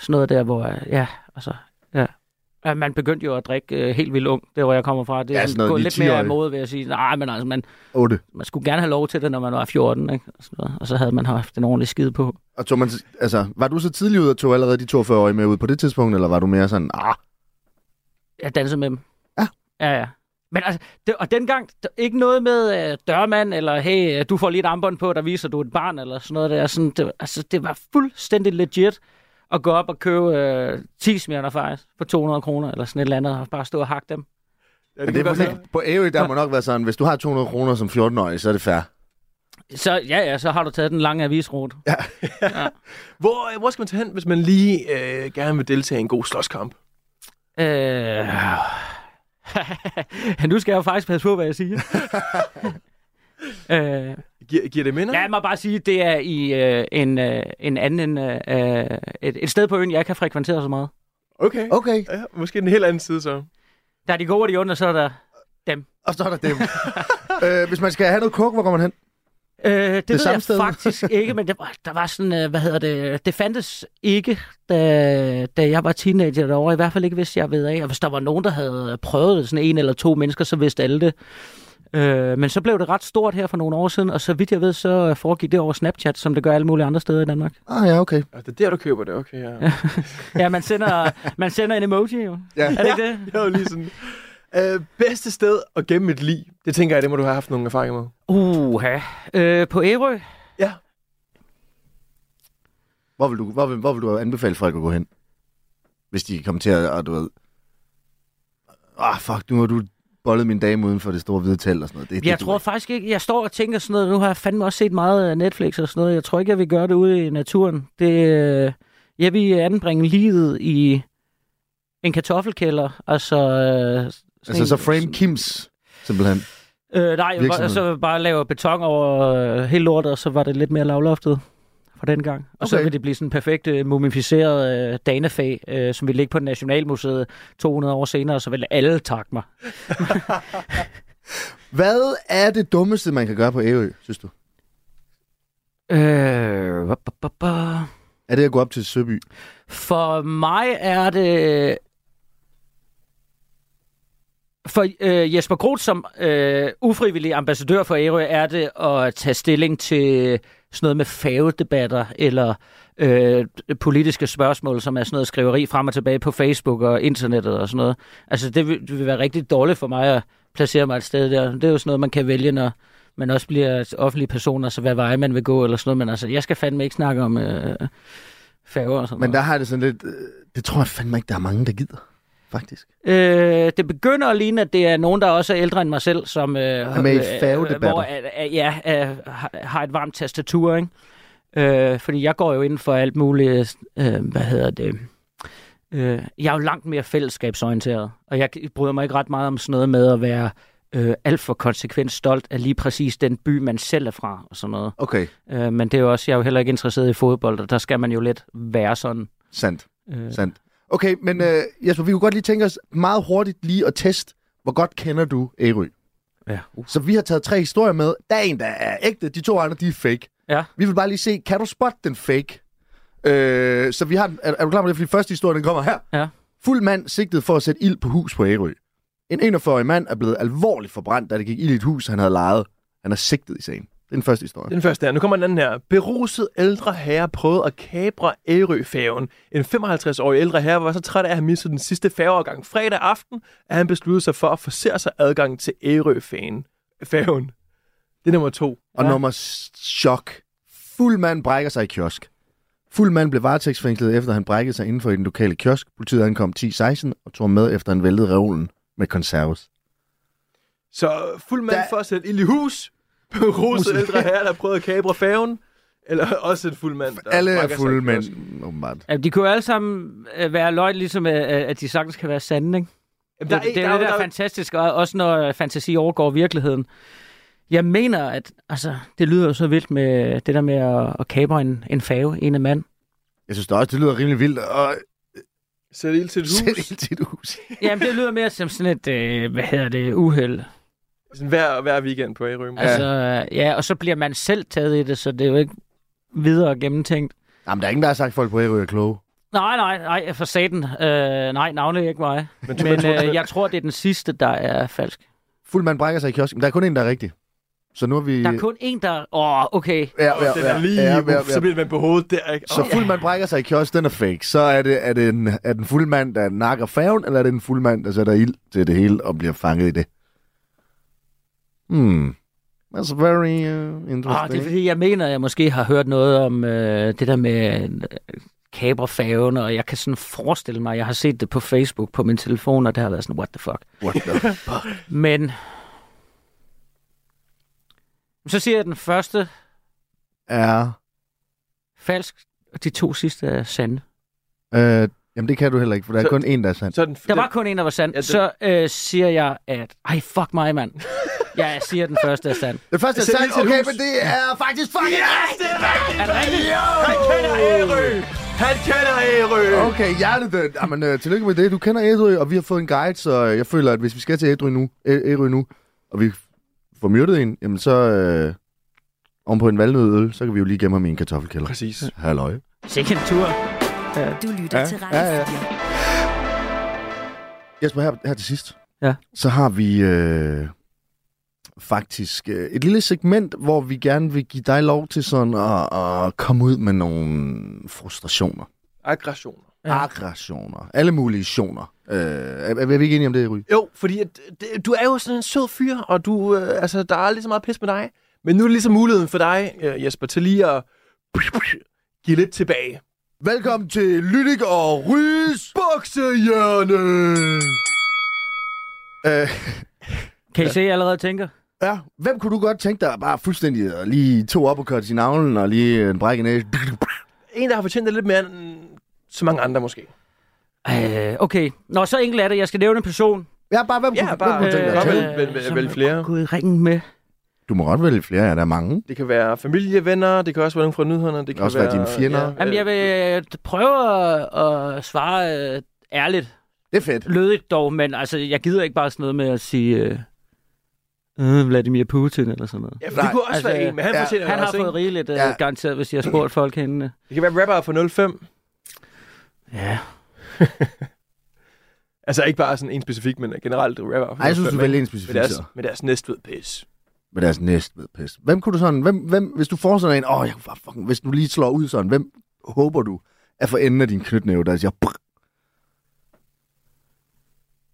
Speaker 5: noget der, hvor... øh, Ja, altså... Ja. Ja, Man begyndte jo at drikke øh, helt vildt ung, der hvor jeg kommer fra. Det
Speaker 3: Ja,
Speaker 5: er
Speaker 3: sådan
Speaker 5: sådan
Speaker 3: noget
Speaker 5: gået
Speaker 3: lige
Speaker 5: lidt mere af
Speaker 3: 10-årig.
Speaker 5: mode, vil jeg sige. Nej, men altså, man,
Speaker 3: 8.
Speaker 5: man skulle gerne have lov til det, når man var 14, ikke? Og, sådan noget. og så havde man haft en ordentlig skid på.
Speaker 3: Og tog man, altså, var du så tidlig ud og tog allerede de 42 år med ud på det tidspunkt, eller var du mere sådan, ah,
Speaker 5: Jeg dansede med dem.
Speaker 3: Ja.
Speaker 5: Ja, ja. Men altså, det, og dengang, der, ikke noget med øh, dørmand, eller hey, øh, du får lige et armbånd på, der viser, du er et barn, eller sådan noget der. Sådan, det, altså, det var fuldstændig legit at gå op og købe øh, 10 smirner faktisk for 200 kroner, eller sådan et eller andet, og bare stå og hakke dem.
Speaker 4: Ja,
Speaker 3: Men det er
Speaker 4: sådan-
Speaker 3: måske, på Ærø, der må nok være sådan, hvis du har 200 kroner som 14-årig, så er det fair.
Speaker 5: Så ja, ja, så har du taget den lange avisrute.
Speaker 4: Hvor, øh, hvor skal man tage hen, hvis man lige øh, gerne vil deltage i en god slåskamp?
Speaker 5: Øh... nu skal jeg jo faktisk passe på, hvad jeg siger. øh...
Speaker 4: Gi- giver det minder?
Speaker 5: Lad mig bare sige, det er i øh, en, øh, en anden, øh, øh, et, et sted på øen, jeg ikke har frekventeret så meget.
Speaker 4: Okay.
Speaker 3: Okay,
Speaker 4: Ja, måske en helt anden side så.
Speaker 5: Der er de gode og de onde, og så er der...
Speaker 3: og så er der dem. øh, hvis man skal have noget kok, hvor går man hen?
Speaker 5: Øh, det, det ved
Speaker 3: samme
Speaker 5: jeg
Speaker 3: sted.
Speaker 5: faktisk ikke, men det var, der var sådan, øh, hvad hedder det, det fandtes ikke, da, da jeg var teenager derovre, i hvert fald ikke, hvis jeg ved af. Og hvis der var nogen, der havde prøvet det, sådan en eller to mennesker, så vidste alle det. Øh, men så blev det ret stort her for nogle år siden, og så vidt jeg ved, så øh, foregik det over Snapchat, som det gør alle mulige andre steder i Danmark.
Speaker 3: Ah ja, okay.
Speaker 4: Ja, det er der, du køber det, okay. Ja.
Speaker 5: Ja, man sender, man sender en emoji jo.
Speaker 3: Ja.
Speaker 5: Er det ikke det?
Speaker 4: det var lige sådan. Øh, bedste sted at gemme et lig, det tænker jeg, det må du have haft nogle erfaringer med.
Speaker 5: Uha. Øh, på Ærø?
Speaker 4: Ja.
Speaker 3: Hvor vil du, hvor vil, hvor vil du anbefale folk at gå hen? Hvis de kommer til at, og du ved, ah fuck, nu har du bollet min dame uden for det store hvide telt og sådan noget. Det,
Speaker 5: Jeg
Speaker 3: det
Speaker 5: tror faktisk ikke, jeg står og tænker sådan noget, nu har jeg fandme også set meget øh, Netflix og sådan noget, jeg tror ikke, jeg vil gøre det ude i naturen. Det, øh, jeg vil anbringe livet i en kartoffelkælder, altså... øh, sådan
Speaker 3: Altså så
Speaker 5: en-
Speaker 3: frame Kims, simpelthen.
Speaker 5: Øh, nej, jeg
Speaker 3: virksomhed.
Speaker 5: bare, så bare lave beton over øh, hele lortet, og så var det lidt mere lavloftet fra den gang. Og så
Speaker 3: Okay.
Speaker 5: vil det blive sådan en perfekt øh, mumificeret øh, danefag, øh, som vil ligge på Nationalmuseet 200 år senere, og så vil alle takke mig.
Speaker 3: Hvad er det dummeste, man kan gøre på Ærø, synes du?
Speaker 5: Øh, ba, ba, ba.
Speaker 3: Er det at gå op til Søby?
Speaker 5: For mig er det... For øh, Jesper Groth som øh, ufrivillig ambassadør for Ærø, er det at tage stilling til sådan noget med favedebatter eller øh, politiske spørgsmål, som er sådan noget skriveri frem og tilbage på Facebook og internettet og sådan noget. Altså det vil, det vil være rigtig dårligt for mig at placere mig et sted der. Det er jo sådan noget, man kan vælge, når man også bliver offentlig person, altså hvad vej man vil gå eller sådan noget. Men altså, jeg skal fandme ikke snakke om øh, færger og sådan noget.
Speaker 3: Men der har det sådan lidt... øh, Det tror jeg fandme ikke, der er mange, der gider. Faktisk.
Speaker 5: Øh, det begynder at ligne, at det er nogen, der også er ældre end mig selv, som øh, er
Speaker 3: med i færgedebatter.
Speaker 5: Hvor, øh, øh, ja, øh, har- har et varmt tastatur, ikke? Øh, fordi jeg går jo inden for alt muligt, øh, hvad hedder det... Øh, jeg er jo langt mere fællesskabsorienteret, og jeg bryder mig ikke ret meget om sådan noget med at være øh, alt for konsekvent stolt af lige præcis den by, man selv er fra, og sådan noget.
Speaker 3: Okay,
Speaker 5: Øh, men det er jo også, jeg er jo heller ikke interesseret i fodbold, og der skal man jo lidt være sådan.
Speaker 3: sandt.
Speaker 5: Øh,
Speaker 3: Sandt. Okay, men øh, Jesper, vi kunne godt lige tænke os meget hurtigt lige at teste, hvor godt kender du Ærø?
Speaker 5: Ja.
Speaker 3: Så vi har taget tre historier med. Der er en, der er ægte, de to andre, de er fake.
Speaker 5: Ja.
Speaker 3: Vi vil bare lige se, kan du spotte den fake? Øh, så vi har, er, er du klar på det? Fordi første historie, den kommer her.
Speaker 5: Ja.
Speaker 3: Fuld mand sigtet for at sætte ild på hus på Ærø. En 41-årig mand er blevet alvorligt forbrændt, da det gik ild i et hus, han havde lejet. Han er sigtet i sagen. Det er den første historie.
Speaker 4: Den første her. Nu kommer den anden her. Beruset ældre herre prøvede at kapre Ærø-færgen. En 55-årig ældre herre var så træt af at have mistet den sidste færgeafgang fredag aften, at han besluttede sig for at forsere sig adgangen til Ærø-færgen. Færgen. Det er nummer to.
Speaker 3: Og ja. nummer s- chok. Fuld mand brækker sig i kiosk. Fuld mand blev varetægtsfængslet, efter han brækkede sig inden for i den lokale kiosk. Politiet ankom 10.16 og tog ham med, efter han væltede reolen med konserves.
Speaker 4: Så fuld mand
Speaker 3: Der-
Speaker 4: for at sætte ild i hus. Beruset ældre herre, der prøvede at kapre færgen. Eller også en fuld mand. Der
Speaker 3: Alle er
Speaker 4: brækker sig i
Speaker 3: fulde mænd,
Speaker 4: kiosk.
Speaker 3: åbenbart.
Speaker 5: Ja, de kunne jo alle sammen øh, være løgn, ligesom øh, at de sagtens kan være sande, ikke?
Speaker 4: Jamen,
Speaker 5: Der er, det, det er det, der er fantastisk, og også når øh, fantasi overgår virkeligheden. Jeg mener, at altså, det lyder jo så vildt med øh, det der med at, at kapre en, en fave, en af mand.
Speaker 3: Jeg synes da også, det lyder rimelig vildt at
Speaker 4: Sætte ild til et
Speaker 3: sætte
Speaker 4: hus.
Speaker 3: ild til et hus.
Speaker 5: Jamen, det lyder mere som sådan et, øh, hvad hedder det, uheld.
Speaker 4: Sådan hver, hver weekend på Ærø.
Speaker 5: Altså, øh, ja, og så bliver man selv taget i det, så det er jo ikke videre gennemtænkt.
Speaker 3: Jamen, der er ingen, der har sagt, at folk på Ærø er kloge.
Speaker 5: Nej, nej, nej, for satan. Øh, nej, navnet ikke mig.
Speaker 4: Men,
Speaker 5: Men øh, jeg tror, det er den sidste, der er falsk.
Speaker 3: Fuld mand brækker sig i kiosk, men der er kun en, der er rigtig. Så nu er vi...
Speaker 5: Der er kun en, der... Åh, oh, okay.
Speaker 3: Ja, ja,
Speaker 4: den er lige,
Speaker 3: ja, ja, ja.
Speaker 4: så bliver man på hovedet der, ikke?
Speaker 3: Så fuld mand brækker sig i kiosk, den er fake. Så er det, er det en, er den fuld mand, der nakker færgen, eller er det en fuld mand, der sætter ild til det hele og bliver fanget i det? Hmm. That's very uh,
Speaker 5: Ah,
Speaker 3: interesting.
Speaker 5: det er fordi, jeg mener, at jeg måske har hørt noget om øh, det der med øh, kaberfaven, og jeg kan sådan forestille mig, jeg har set det på Facebook på min telefon, og det har været sådan, what the fuck.
Speaker 3: What the fuck?
Speaker 5: Men så siger jeg den første
Speaker 3: er,
Speaker 5: falsk, og de to sidste er sande.
Speaker 3: øh, jamen, det kan du heller ikke, for der er
Speaker 4: Så-
Speaker 3: kun en, der er sand.
Speaker 4: Så er den,
Speaker 5: Der var kun en, der var sand.
Speaker 4: Ja,
Speaker 5: Ja,
Speaker 4: det-
Speaker 5: Så øh, siger jeg, at ej, fuck mig, mand. Ja, jeg siger, at den første er sand.
Speaker 3: Den første er
Speaker 4: Sæt
Speaker 3: sand,
Speaker 4: ild til et
Speaker 3: okay,
Speaker 4: hus.
Speaker 3: men det er faktisk fucking yes!
Speaker 5: Er det rigtigt?
Speaker 4: Han kender Ærø! Han kender Ærø!
Speaker 3: Okay, hjertedødt. Jamen, øh, tillykke med det. Du kender Ærø, og vi har fået en guide, så øh, jeg føler, at hvis vi skal til Ærø nu, Æ- Ærø nu og vi får myrdet en, jamen så øh, om på en valnødøl, så kan vi jo lige gemme ham i en kartoffelkælder.
Speaker 4: Præcis.
Speaker 3: Halløj.
Speaker 5: Sikke en tur.
Speaker 2: Du lytter
Speaker 3: Ja,
Speaker 2: til Radio
Speaker 3: ja, ja.
Speaker 2: 4.
Speaker 3: Jesper, her, her til sidst,
Speaker 5: Ja.
Speaker 3: så har vi øh, faktisk øh, et lille segment, hvor vi gerne vil give dig lov til sådan at, at komme ud med nogle frustrationer.
Speaker 4: Aggressioner.
Speaker 5: Ja.
Speaker 3: Ja. Aggressioner. Alle mulige sioner. Øh, er, er vi ikke enige om det, Ry?
Speaker 4: Jo, fordi at, det, du er jo sådan en sød fyr, og du, øh, altså, der er aldrig så meget pis med dig. Men nu er det ligesom muligheden for dig, øh, Jesper, til lige at give lidt tilbage.
Speaker 3: Velkommen til Lydik og Rys Boksehjørne! Øh,
Speaker 5: Kan I se, jeg allerede tænker?
Speaker 3: Ja, hvem kunne du godt tænke dig bare fuldstændig at lige to op og køre til navlen og lige en brække næse?
Speaker 4: En, der har fortjent det lidt mere end så mange andre måske.
Speaker 5: Øh, okay. Nå, så enkelt er det. Jeg skal nævne en person.
Speaker 3: Ja, bare hvem
Speaker 4: Ja,
Speaker 3: kunne, hvem
Speaker 4: bare-
Speaker 3: kunne tænke
Speaker 4: Øh,
Speaker 3: dig?
Speaker 4: godt
Speaker 3: at
Speaker 4: vel-
Speaker 3: tage?
Speaker 4: vel- vel-
Speaker 5: som
Speaker 4: vel
Speaker 5: jeg
Speaker 4: flere.
Speaker 5: godt kunne ringe med.
Speaker 3: Du må godt vælge flere, ja, der er mange.
Speaker 4: Det kan være familievenner, det kan også være nogen fra nyhederne, det kan
Speaker 3: også være dine fjender.
Speaker 5: Jamen, jeg vil øh, prøve at, at svare øh, ærligt.
Speaker 3: Det er fedt.
Speaker 5: Lødigt dog, men altså, jeg gider ikke bare sådan noget med at sige... Øh, øh, Vladimir Putin eller sådan noget.
Speaker 4: Ja, for
Speaker 3: Nej,
Speaker 4: det kunne også
Speaker 5: altså,
Speaker 4: altså, være en, men han
Speaker 3: ja,
Speaker 4: ja, fortjener
Speaker 5: Han
Speaker 4: det
Speaker 5: har
Speaker 4: også,
Speaker 5: fået
Speaker 4: ikke?
Speaker 5: rigeligt øh,
Speaker 3: Ja.
Speaker 5: garanteret, hvis jeg har spurgt folk hende.
Speaker 4: Det kan være rapper fra 05.
Speaker 5: Ja.
Speaker 4: Altså ikke bare sådan en specifik, men generelt rapper fra
Speaker 3: Ej, jeg synes,
Speaker 4: 05,
Speaker 3: du vælger en
Speaker 4: med
Speaker 3: specifik
Speaker 4: deres,
Speaker 3: så.
Speaker 4: med deres næstved pis.
Speaker 3: Med deres næstved pis. Hvem kunne du sådan, hvem, hvem, hvis du får sådan en, åh, jeg kunne bare fucking, hvis du lige slår ud sådan, hvem håber du er for enden af din knytnæve, der siger, brr.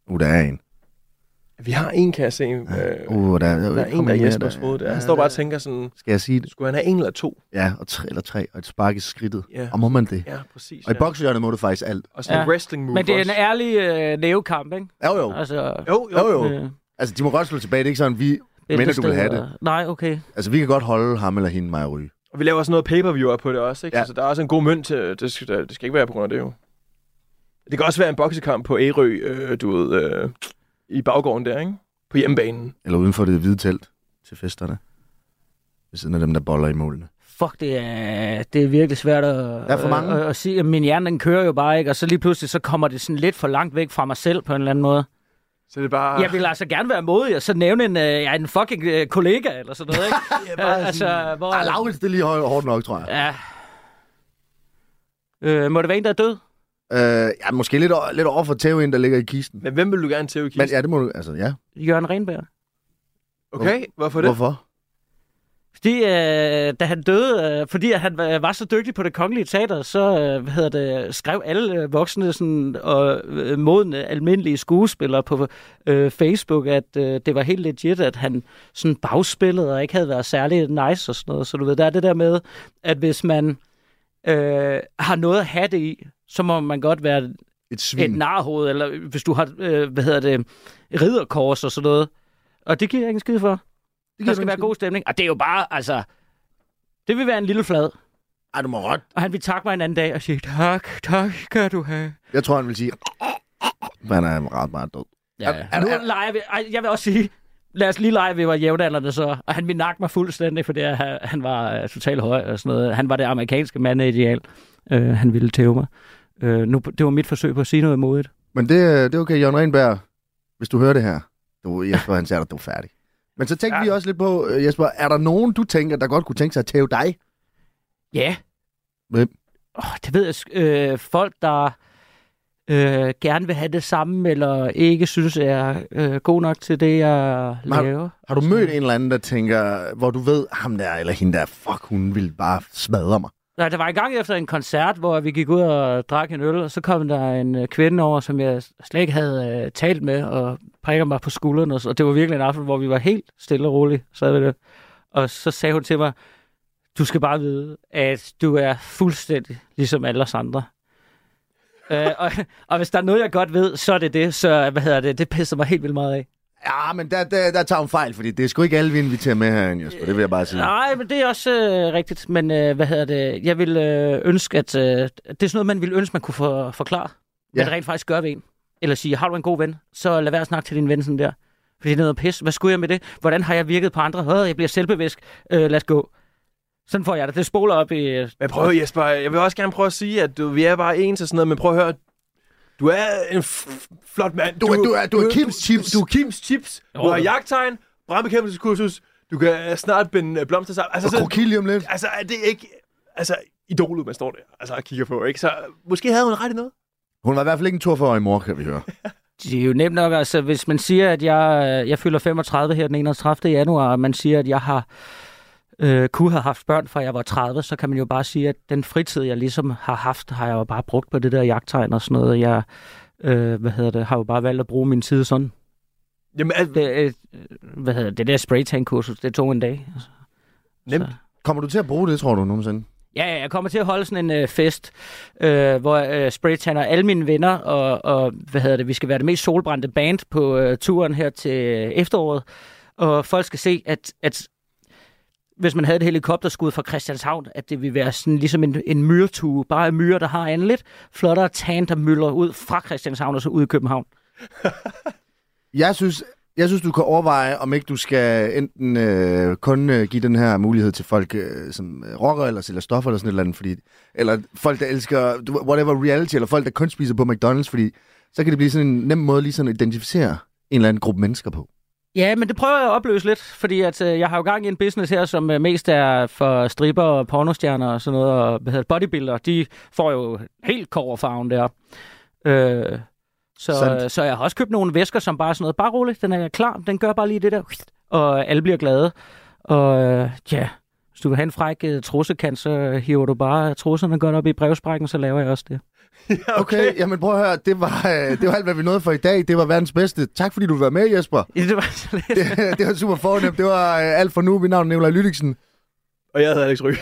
Speaker 3: Uh, der er en.
Speaker 4: Vi har en, kan jeg se. Øh,
Speaker 3: Uh, der,
Speaker 4: der er en, der er Jespers hoved. Der. Han står bare og tænker sådan,
Speaker 3: Skal jeg sige det?
Speaker 4: skulle han have en eller to?
Speaker 3: Ja, og tre eller tre, og et spark i skridtet.
Speaker 4: Ja.
Speaker 3: Og må man det?
Speaker 4: Ja, præcis.
Speaker 3: Og i
Speaker 4: ja.
Speaker 3: bokshjørnet må du faktisk alt.
Speaker 4: Og sådan en
Speaker 5: Ja.
Speaker 4: wrestling move
Speaker 5: Men det er en
Speaker 4: også.
Speaker 5: ærlig øh, nævekamp, ikke?
Speaker 3: Jo, jo.
Speaker 5: Altså,
Speaker 4: Jo, jo.
Speaker 3: Jo, jo.
Speaker 5: øh,
Speaker 3: Altså, de må godt slå tilbage. Det er ikke sådan, vi mener, du vil have det.
Speaker 5: Nej, okay.
Speaker 3: Altså, vi kan godt holde ham eller hende, mig og ryge.
Speaker 4: Og vi laver også noget pay-per-view på det også, ikke?
Speaker 3: Ja.
Speaker 4: Ja. Så der er også en god mønt til, det skal, det skal ikke være på grund af det jo. Det kan også være en boksekamp på Ærø, øh, du ved, øh, i baggården der, ikke? På hjemmebanen.
Speaker 3: Eller uden for det hvide telt til festerne. Ved siden af dem, der boller i målene.
Speaker 5: Fuck, det er, det er virkelig svært at,
Speaker 3: Der er for mange.
Speaker 5: at, at, at sige. Min hjerne, den kører jo bare ikke, og så lige pludselig, så kommer det sådan lidt for langt væk fra mig selv på en eller anden måde.
Speaker 4: Så det er bare...
Speaker 5: Ah. Jeg vil altså gerne være modig, og så nævne en, øh, ja, en fucking øh, kollega eller sådan noget, ikke? ja, bare altså, hvor...
Speaker 3: Ah, Laurits, det er lige hår- hårdt nok, tror jeg.
Speaker 5: ja. Øh, må det være en, der er død?
Speaker 3: Øh, ja, måske lidt, o- lidt over for tæven, der ligger i kisten.
Speaker 4: Men hvem vil du gerne til,
Speaker 3: Men
Speaker 4: Kist?
Speaker 3: ja, det må du... Altså, ja.
Speaker 5: Jørgen Renberg.
Speaker 4: Okay, hvorfor det?
Speaker 3: Hvorfor?
Speaker 5: Fordi øh, da han døde, øh, fordi at han var, var så dygtig på det kongelige teater, så øh, hvad hedder det, skrev alle øh, voksne sådan, og øh, modne almindelige skuespillere på øh, Facebook, at øh, det var helt legit, at han sådan bagspillede og ikke havde været særlig nice og sådan noget. Så du ved, der er det der med, at hvis man øh, har noget at have det i, så må man godt være
Speaker 3: Et
Speaker 5: et
Speaker 3: svin.
Speaker 5: narhoved, eller hvis du har, øh, hvad hedder det, ridderkors og sådan noget. Og det giver jeg ikke en skid for.
Speaker 3: det
Speaker 5: Der skal være god stemning. Og det er jo bare, altså... Det vil være en lille flad.
Speaker 3: Ej, du må råt.
Speaker 5: Og han vil takke mig en anden dag og sige, tak, tak skal du have.
Speaker 3: Jeg tror, han vil sige... Men han er ret meget død.
Speaker 5: Ja,
Speaker 3: er-
Speaker 5: er, nu
Speaker 3: er-
Speaker 5: leger vi... Ej, jeg vil også sige, lad os lige lege, at vi var jævnaldrende så. Og han ville nakke mig fuldstændig, fordi han han var uh, totalt høj og sådan noget. Han var det amerikanske mandeideal. Uh, han ville tæve mig. Uh, nu, det var mit forsøg på at sige noget modigt.
Speaker 3: Men det, øh, det er okay, Jørgen Renberg, hvis du hører det her. Du, Jesper, han siger dig, du er færdig. Men så tænkte ja.
Speaker 4: Ja.
Speaker 3: vi også lidt på, øh, Jesper, er der nogen, du tænker, der godt kunne tænke sig at tæve dig?
Speaker 5: Ja.
Speaker 3: Hvem?
Speaker 5: Oh, det ved jeg. sk- Øh, folk, der øh, gerne vil have det samme, eller ikke synes, jeg er øh, god nok til det, jeg
Speaker 3: Men har-
Speaker 5: laver.
Speaker 3: Har du mødt en eller anden, der tænker, hvor du ved, ham der eller hende der, fuck, hun vil bare smadre mig?
Speaker 5: Nej, der var en gang efter en koncert, hvor vi gik ud og drak en øl, og så kom der en øh, kvinde over, som jeg slet ikke havde øh, talt med, og prikker mig på skulderen, og, så- og det var virkelig en aften, hvor vi var helt stille og roligt, sad ved det. Og så sagde hun til mig, du skal bare vide, at du er fuldstændig ligesom alle os andre. øh, og, og hvis der er noget, jeg godt ved, så er det det, så hvad hedder det, det pisser mig helt vildt meget af.
Speaker 3: Ja, men der, der, der tager hun fejl, fordi det er sgu ikke alle, vi inviterer med herinde, Jesper. Det vil jeg bare sige.
Speaker 5: Nej, men det er også øh, rigtigt, men øh, hvad hedder det, jeg vil øh, ønske, at øh, det er sådan noget, man ville ønske, man kunne for, forklare. Ja.
Speaker 3: Ja.
Speaker 5: Hvad det rent faktisk gør ved en. Eller sige, har du en god ven, så lad være at snakke til din ven sådan der. Fordi det er noget pis. Hvad skulle jeg med det? Hvordan har jeg virket på andre? Øh, jeg bliver selvbevidst. Øh, lad os gå. Sådan får jeg det. Det spoler op i... øh,
Speaker 4: Men prøv Jesper, jeg vil også gerne prøve at sige, at du, vi er bare ens og sådan noget, men prøv at høre, du er en f- flot mand.
Speaker 3: Du er- du er- du er Kims chips.
Speaker 4: Du, du er Kims chips. Du har jagttegn, brandbekæmpelseskursus, du kan øh, snart binde øh, blomster sammen. Altså,
Speaker 3: Og
Speaker 4: så,
Speaker 3: krokilie om lidt.
Speaker 4: altså er det ikke... Altså, idolet, man står der altså, og kigger på, ikke? Så øh, måske havde hun ret i noget.
Speaker 3: Hun var i hvert fald ikke en tur for i mor, kan vi høre.
Speaker 5: Det er jo nemt nok, altså hvis man siger, at jeg, øh, jeg fylder 35 her den 31. januar, og man siger, at jeg har øh, kunne have haft børn, fra jeg var 30, så kan man jo bare sige, at den fritid, jeg ligesom har haft, har jeg jo bare brugt på det der jagttegn og sådan noget. Jeg øh, hvad hedder det, har jo bare valgt at bruge min tid sådan.
Speaker 4: Jamen, al-
Speaker 5: Det, øh, hvad hedder det, det der spraytan-kursus, det tog en dag.
Speaker 4: nemt.
Speaker 3: Kommer du til at bruge det, tror du, nogensinde?
Speaker 5: Ja, ja, jeg kommer til at holde sådan en øh, fest, øh, hvor jeg øh, spraytanner alle mine venner, og, og hvad hedder det, vi skal være det mest solbrændte band på øh, turen her til efteråret. Og folk skal se, at, at hvis man havde et helikopterskud fra Christianshavn, at det ville være sådan ligesom en, en myretue, bare en myre, der har en lidt flottere tan, der myldrer ud fra Christianshavn og så ud i København.
Speaker 3: Jeg synes, jeg synes, du kan overveje, om ikke du skal enten øh, kun øh, give den her mulighed til folk, øh, som øh, rocker eller sælger stoffer eller sådan et eller andet, fordi, eller folk, der elsker du- whatever reality, eller folk, der kun spiser på McDonald's, fordi så kan det blive sådan en nem måde lige sådan at identificere en eller anden gruppe mennesker på.
Speaker 5: Ja, men det prøver jeg at opløse lidt, fordi at, øh, jeg har jo gang i en business her, som øh, mest er for stripper og pornostjerner og sådan noget, og hvad hedder det, bodybuilder, de får jo helt koverfarven der. Øh, så,
Speaker 3: Sandt.
Speaker 5: så jeg har også købt nogle væsker, som bare er sådan noget, bare roligt, den er klar, den gør bare lige det der, og alle bliver glade. Og øh, ja, hvis du vil have en fræk øh, trussekant, så hiver du bare trusserne godt op i brevsprækken, så laver jeg også det.
Speaker 4: Ja,
Speaker 3: Okay, okay jamen prøv at høre, det var, øh, det var alt, hvad vi nåede for i dag. Det var verdens bedste. Tak fordi du var med, Jesper.
Speaker 5: Det var så lidt.
Speaker 3: det, det var super fornemt. Det var øh, alt for nu. Mit navn er Nicolaj Lydiksen.
Speaker 4: Og jeg hedder Alex Ryg.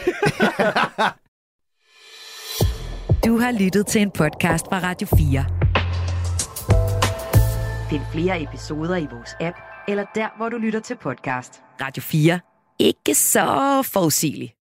Speaker 2: Du har lyttet til en podcast fra Radio 4.
Speaker 7: Find flere episoder i vores app, eller der, hvor du lytter til podcast.
Speaker 2: Radio 4. Ikke så forudsigeligt.